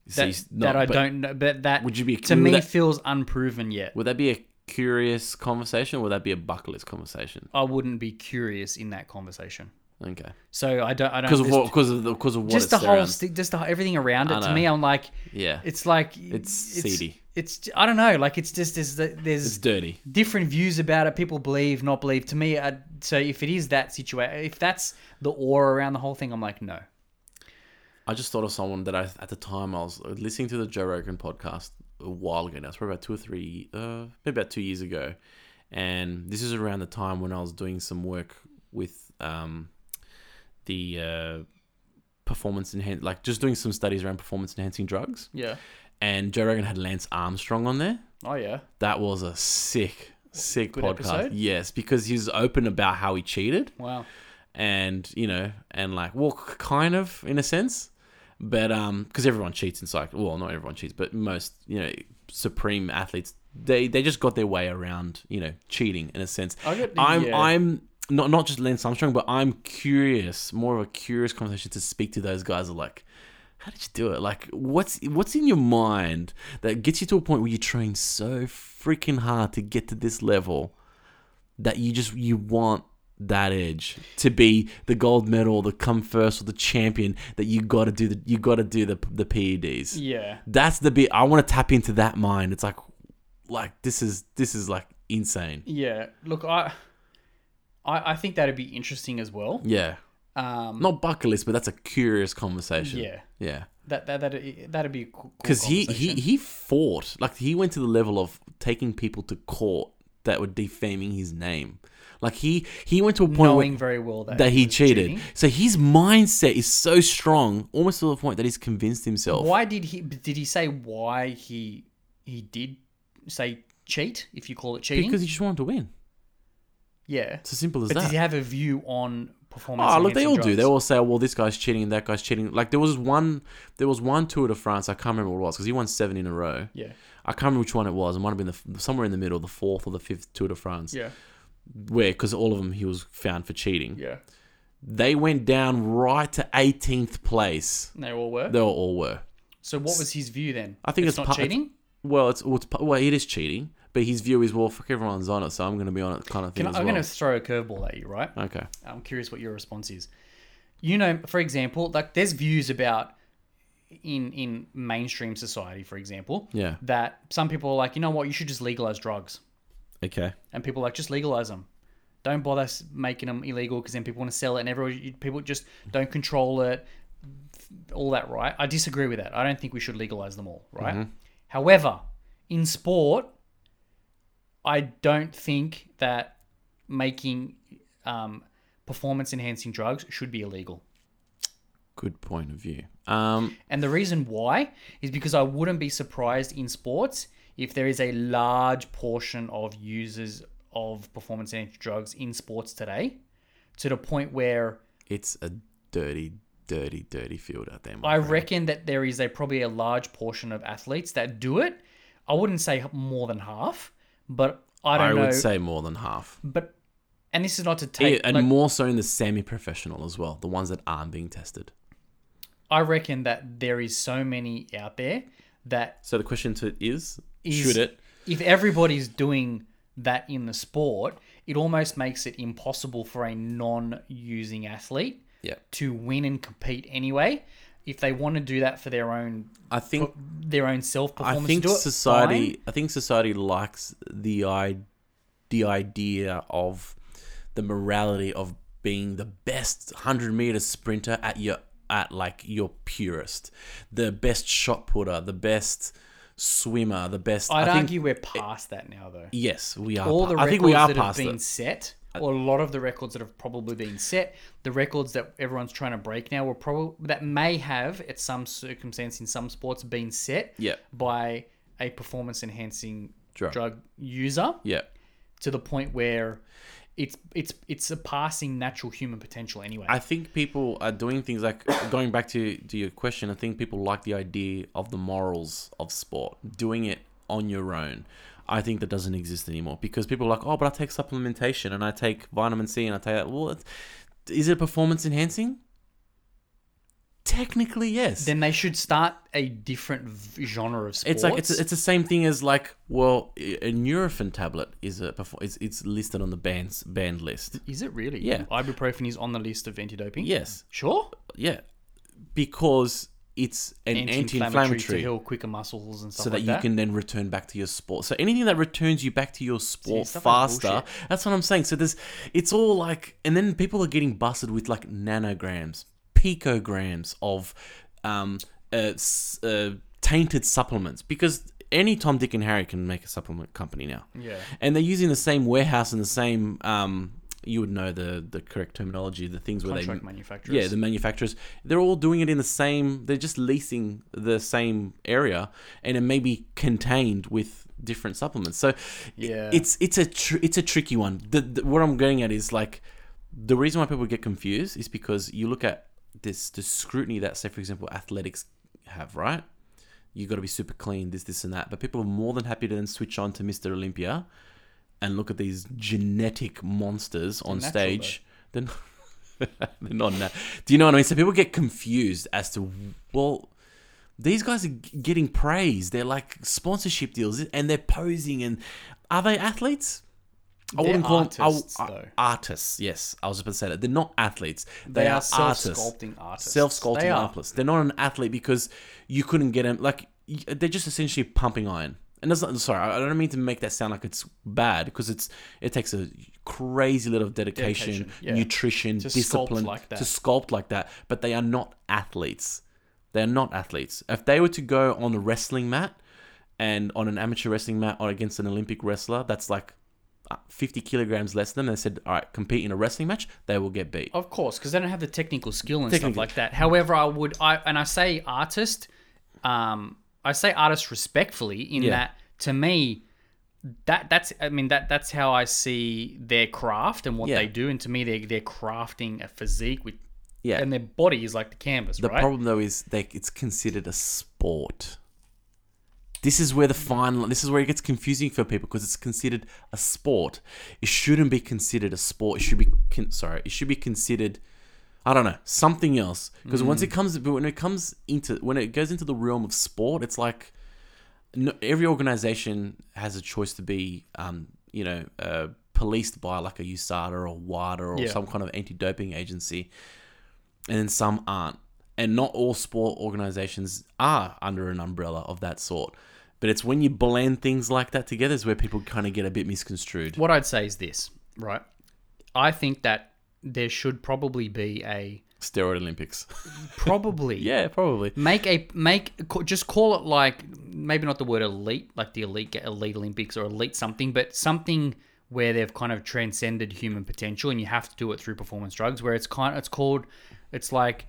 So that, you s- no, that I but don't know. But that Would you be to would me that- feels unproven yet. Would that be a curious conversation? Or would that be a bucket list conversation? I wouldn't be curious in that conversation. Okay, So I don't. I don't. because of there's- what? Because of the because of what? just it's the whole, around. sti- just the, everything around I it. To know. me, I'm like, yeah, it's like It's seedy. It's I don't know. Like it's just there's there's it's dirty. different views about it. People believe, not believe. To me, I, so if it is that situation, if that's the aura around the whole thing, I'm like, no. I just thought of someone that I at the time I was listening to the Joe Rogan podcast a while ago now. It's probably about two or three, uh, maybe about two years ago, and this is around the time when I was doing some work with um, the uh, performance enhan like just doing some studies around performance enhancing drugs. Yeah. And Joe Rogan had Lance Armstrong on there. Oh yeah. That was a sick, sick Good podcast. episode? Yes, because he was open about how he cheated Wow. and you know, and like, well, k- kind of in a sense, but um, because everyone cheats in cycling. Well, not everyone cheats, but most you know, supreme athletes they they just got their way around you know cheating in a sense. I got- I'm yeah. I'm not not just Lance Armstrong, but I'm curious, more of a curious conversation to speak to those guys. Are like. How did you do it? Like, what's what's in your mind that gets you to a point where you train so freaking hard to get to this level? that you just you want that edge to be the gold medal, the come first, or the champion. That you got to do the you got to do the the PEDs. Yeah. That's the bit I want to tap into that mind. It's like, like this is this is like insane. Yeah. Look, I, I, I think that'd be interesting as well. Yeah, Um. not bucket list, but that's a curious conversation. Yeah. yeah. That that that that'd be cool. Because he, he he fought like he went to the level of taking people to court that were defaming his name. Like he he went to a point where- knowing very well that that he was cheated. cheating. So his mindset is so strong, almost to the point that he's convinced himself. Why did he? Did he say why he he did say cheat? If you call it cheating, Because he just wanted to win. yeah. It's as simple as But does that. he have a view on performance? Oh, look, they all enhancing do. They drugs? all say, oh, "Well, this guy's cheating and that guy's cheating." Like there was one, there was one Tour de France. I can't remember what it was because he won seven in a row. Yeah, I can't remember which one it was. It might have been the f- somewhere in the middle, the fourth or the fifth Tour de France. yeah, Where because all of them he was found for cheating. yeah. They went down right to 18th place. And they all were. They all were. so what was his view then? I think it's, it's not part- cheating. Well, it's, well, it's well, it is cheating, but his view is well, fuck everyone's on it, so I'm going to be on it kind of thing Can I, as I'm well. going to throw a curveball at you, right? Okay. I'm curious what your response is. You know, for example, like there's views about in in mainstream society, for example, Yeah. that some people are like, you know what, you should just legalize drugs. Okay. and people are like just legalize them. Don't bother s- making them illegal because then people want to sell it, and everyone you- people just don't control it. All that, right? I disagree with that. I don't think we should legalize them all, right? However, in sport, I don't think that making um, performance-enhancing drugs should be illegal. Good point of view. Um, And the reason why is because I wouldn't be surprised in sports if there is a large portion of users of performance enhancing drugs in sports today to the point where it's a dirty, dirty, dirty field out there. my I friend. reckon that there is a probably a large portion of athletes that do it. I wouldn't say more than half, but I I don't know. would say more than half, but and this is not to take Yeah, and like, more so in the semi-professional as well, the ones that aren't being tested. I reckon that there is so many out there that So the question to it is, is- should it? if everybody's doing that in the sport, it almost makes it impossible for a non-using athlete Yeah, to win and compete anyway. If they want to do that for their own I think their own self I performance, think do it, society fine. I think society likes the i the idea of the morality of being the best 100 meter sprinter at your at like your purest the best shot putter the best swimmer the best I'd I think argue we're past that now, though. yes we are All pa- the I records think we are that have past been it set, or a lot of the records that have probably been set, the records that everyone's trying to break now, were probably that may have, at some circumstance in some sports, been set Yeah. by a performance-enhancing Drug. drug, user yeah to the point where it's it's it's surpassing natural human potential anyway. I think people are doing things like (coughs) going back to, to your question, I think people like the idea of the morals of sport, doing it on your own. I think that doesn't exist anymore because people are like, oh, but I take supplementation and I take vitamin C and I take that. Well, it's, is it performance enhancing? Technically, yes. then they should start a different v- genre of sports. it's like it's, it's the same thing as like well a a Nurofen tablet is a perfor- it's, it's listed on the band's banned list is it really? Yeah. Ibuprofen is on the list of anti-doping. yes Sure. yeah because it's an to anti-inflammatory heal quicker muscles and stuff so that like you that. can then return back to your sport. So anything that returns you back to your sport stuff like faster, bullshit. that's what I'm saying. So there's, it's all like, and then people are getting busted with like nanograms, picograms of, um, uh, s- uh, tainted supplements because any Tom, Dick, and Harry can make a supplement company now. Yeah. and they're using the same warehouse and the same, um, you would know the the correct terminology, the things where contract they manufacturers. yeah, the manufacturers, they're all doing it in the same, they're just leasing the same area and it may be contained with different supplements. So Yeah. it's it's a tr- it's a tricky one. The, the, what I'm getting at is like the reason why people get confused is because you look at this the scrutiny that say for example athletics have, right? You got to be super clean, this this and that, but people are more than happy to then switch on to Mr. Olympia and look at these genetic monsters on natural, stage. They're not, they're not (laughs) na- Do you know what I mean? So people get confused as to well, these guys are g- getting praise. They're like sponsorship deals, and they're posing. And are they athletes? I They're wouldn't call them I w- artists, I- though. artists. Yes, I was about to say that they're not athletes. They, they are are artists self-sculpting artists. self-sculpting They they are. They're not an athlete because you couldn't get them. Like y- they're just essentially pumping iron. And that's not sorry. I I don't mean to make that sound like it's bad because it's it takes a crazy lot of dedication, Dedication, yeah. nutrition, sculpt discipline like that. to sculpt like that. But they are not athletes. They're not athletes. If they were to go on a wrestling mat and on an amateur wrestling mat or against an Olympic wrestler, that's like uh, 50 kilograms less than them. They said, all right, compete in a wrestling match. They will get beat. Of course, because they don't have the technical skill and Technical. stuff like that. However, I would I and I say artist, um, I say artist respectfully in Yeah. that to me, that that's I mean that that's how I see their craft and what Yeah. they do. And to me, they they're crafting a physique with Yeah. and their body is like the canvas, The right? problem though is they, it's considered a sport. This is where the fine li- this is where it gets confusing for people because it's considered a sport. It shouldn't be considered a sport. It should be con- sorry, it should be considered I don't know, something else because once it Mm. comes but when it comes into when it goes into the realm of sport, it's like no, every organization has a choice to be, um, you know, uh, policed by like a USADA or WADA or Yeah. some kind of anti-doping agency, and then some aren't. And not all sport organizations are under an umbrella of that sort. But it's when you blend things like that together is where people kind of get a bit misconstrued. What I'd say is this, right? I think that there should probably be a Steroid Olympics. (laughs) probably yeah, probably. Make a make ca- just call it like maybe not the word elite, like the elite elite Olympics or elite something, but something where they've kind of transcended human potential, and you have to do it through performance drugs. Where it's kind, it's called, it's like,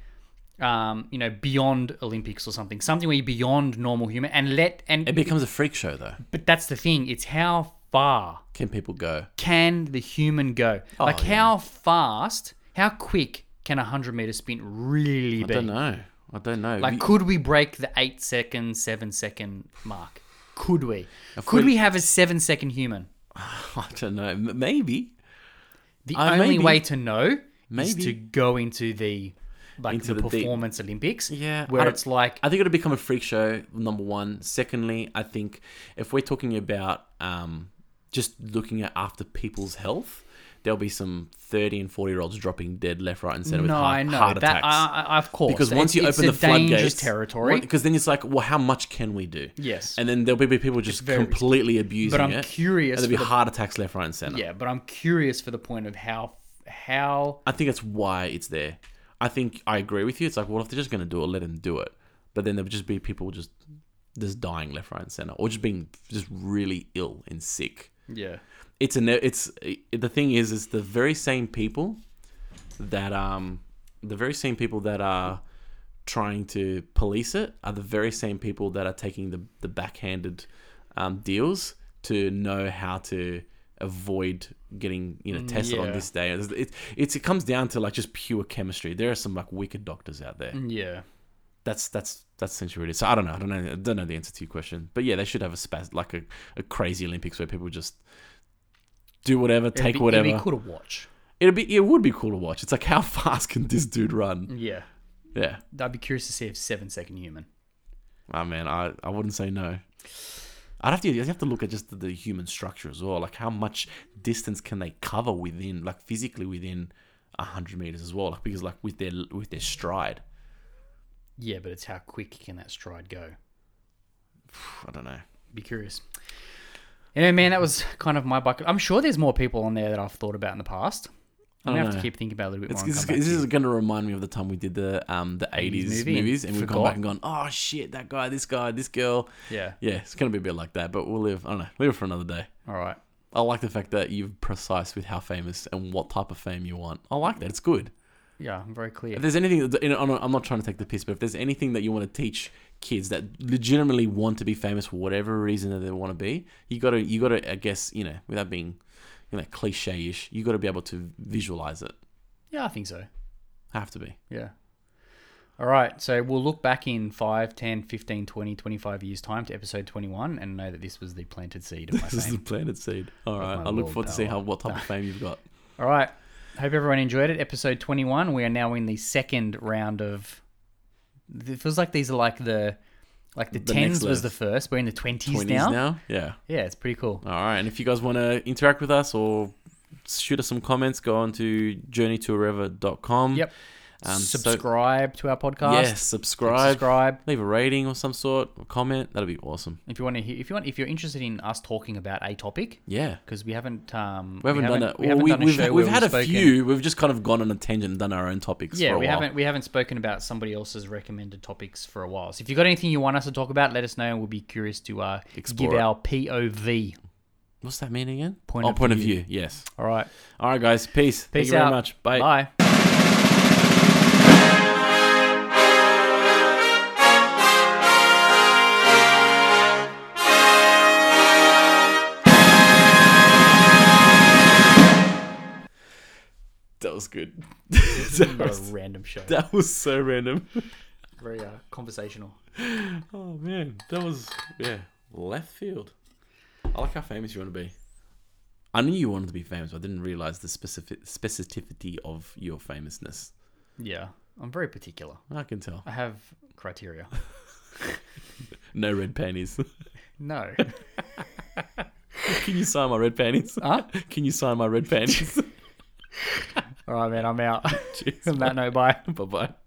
um, you know, beyond Olympics or something, something where you're beyond normal human, and let It and becomes a freak show though. but that's the thing, it's how far Can people go? can the human go? like Oh, yeah. how fast, how quick can a hundred meter sprint really I be? don't know. I don't know. Like, We- could we break the eight second, seven second mark? Could we? we- Could we have a seven second human? (laughs) I don't know. M- Maybe. The Uh, only maybe. way to know is Maybe. to go into the like Into the the deep- performance Olympics, Yeah, I where don't- it's like I think it'll become a freak show. Number one. Secondly, I think if we're talking about um, just looking at after people's health, there'll be some thirty and forty year olds dropping dead left, right, and center with no, heart, I know heart that attacks. I, I, of course because once it's- you it's open the a dangerous floodgates, territory. Because then it's like, well, how much can we do? Yes. And then there'll be people just very- completely abusing but I'm it. curious And there'll be for the- heart attacks left, right, and center. yeah, but I'm curious for the point of how how I think that's why it's there. I think I agree with you. It's like, well, if they're just going to do it, let them do it. But then there'll just be people just just dying left, right, and center, or just being just really ill and sick. yeah It's a ne- it's it, the thing is, it's the very same people that um the very same people that are trying to police it are the very same people that are taking the the backhanded um, deals to know how to avoid getting you know tested on yeah. this day. It's, it, it's it comes down to like just pure chemistry. There are some like wicked doctors out there. yeah That's that's that's essentially what it is. So I don't know. I don't know. I don't know the answer to your question. But yeah, they should have a spaz- like a, a crazy Olympics where people just do whatever, take it'd be, whatever. it'd be cool to watch It'd be it would be cool to watch. It's like how (laughs) fast can this dude run? yeah Yeah. I'd be curious to see if seven second human Oh man, I, I wouldn't say no. I'd have to you have to look at just the, the human structure as well. Like how much distance can they cover within like physically within hundred meters as well. Like because like with their with their stride. (sighs) yeah but it's how quick can that stride go I don't know. be curious anyway man that was kind of my bucket I'm sure there's more people on there that I've thought about in the past I'm gonna don't have to know. keep thinking about it a little bit Oh, It's, more and this come back this to is going to remind me of the time we did the um the 80s, movie and movies and we've gone forgot. back and gone, oh shit, that guy, this guy, this girl. you. yeah Yeah, it's going to be a bit like that, but we'll live, I don't know, leave it for another day. all right I like the fact that you're precise with how famous and what type of fame you want. I like that. It's good. yeah I'm very clear If there's anything, that- you know, I'm not- I'm not trying to take the piss, but if there's anything that you want to teach kids that legitimately want to be famous for whatever reason that they want to be, you gotta, you gotta, I guess, you know, without being, you know, cliche-ish, you gotta be able to visualize it. yeah I think so Have to be. Yeah. All right. So we'll look back in 5, 10, 15, 20, 25 years' time to episode 21 and know that this was the planted seed (laughs) of my This is the fame. planet seed. All right, my I look forward to see how willpower. what type of fame (laughs) you've got. All right. Hope everyone enjoyed it. Episode 21. We are now in the second round of. It feels like these are like the. Like the, The next 10s was level. the first. We're in the 20s, Twenties now. now? yeah. Yeah, it's pretty cool. All right, and if you guys want to interact with us or shoot us some comments, go on to journeytoarever.com. Yep. Um, so- subscribe to our podcast. Yes, subscribe. Subscribe. Leave a rating or some sort, a comment. That'll be awesome. If you want to hear, if you want, if you're interested in us talking about a topic, Yeah. because we haven't, um, We haven't, done it. We haven't we, done a we've show where we've had a spoken- few. We've just kind of gone on a tangent and done our own topics. yeah for a we while. haven't we haven't spoken about somebody else's recommended topics for a while so if you've got anything you want us to talk about let us know and we'll be curious to uh, give Explore it. our pov What's that mean again? Point oh, of point view. of view. Yes. all right All right, guys. Peace. peace Thank you very out much. bye (laughs) That was good. This is (laughs) that, another was, random show that was so random. very uh, conversational Oh man, that was yeah left field. I like how famous you want to be. I knew you wanted to be famous, but I didn't realize the specific specificity of your famousness. yeah i'm very particular I can tell. i have (laughs) criteria No red panties. (laughs) no (laughs) can you sign my red panties? Huh? Can you sign my red panties? all right man i'm out (laughs) Jeez, on that note bye bye bye.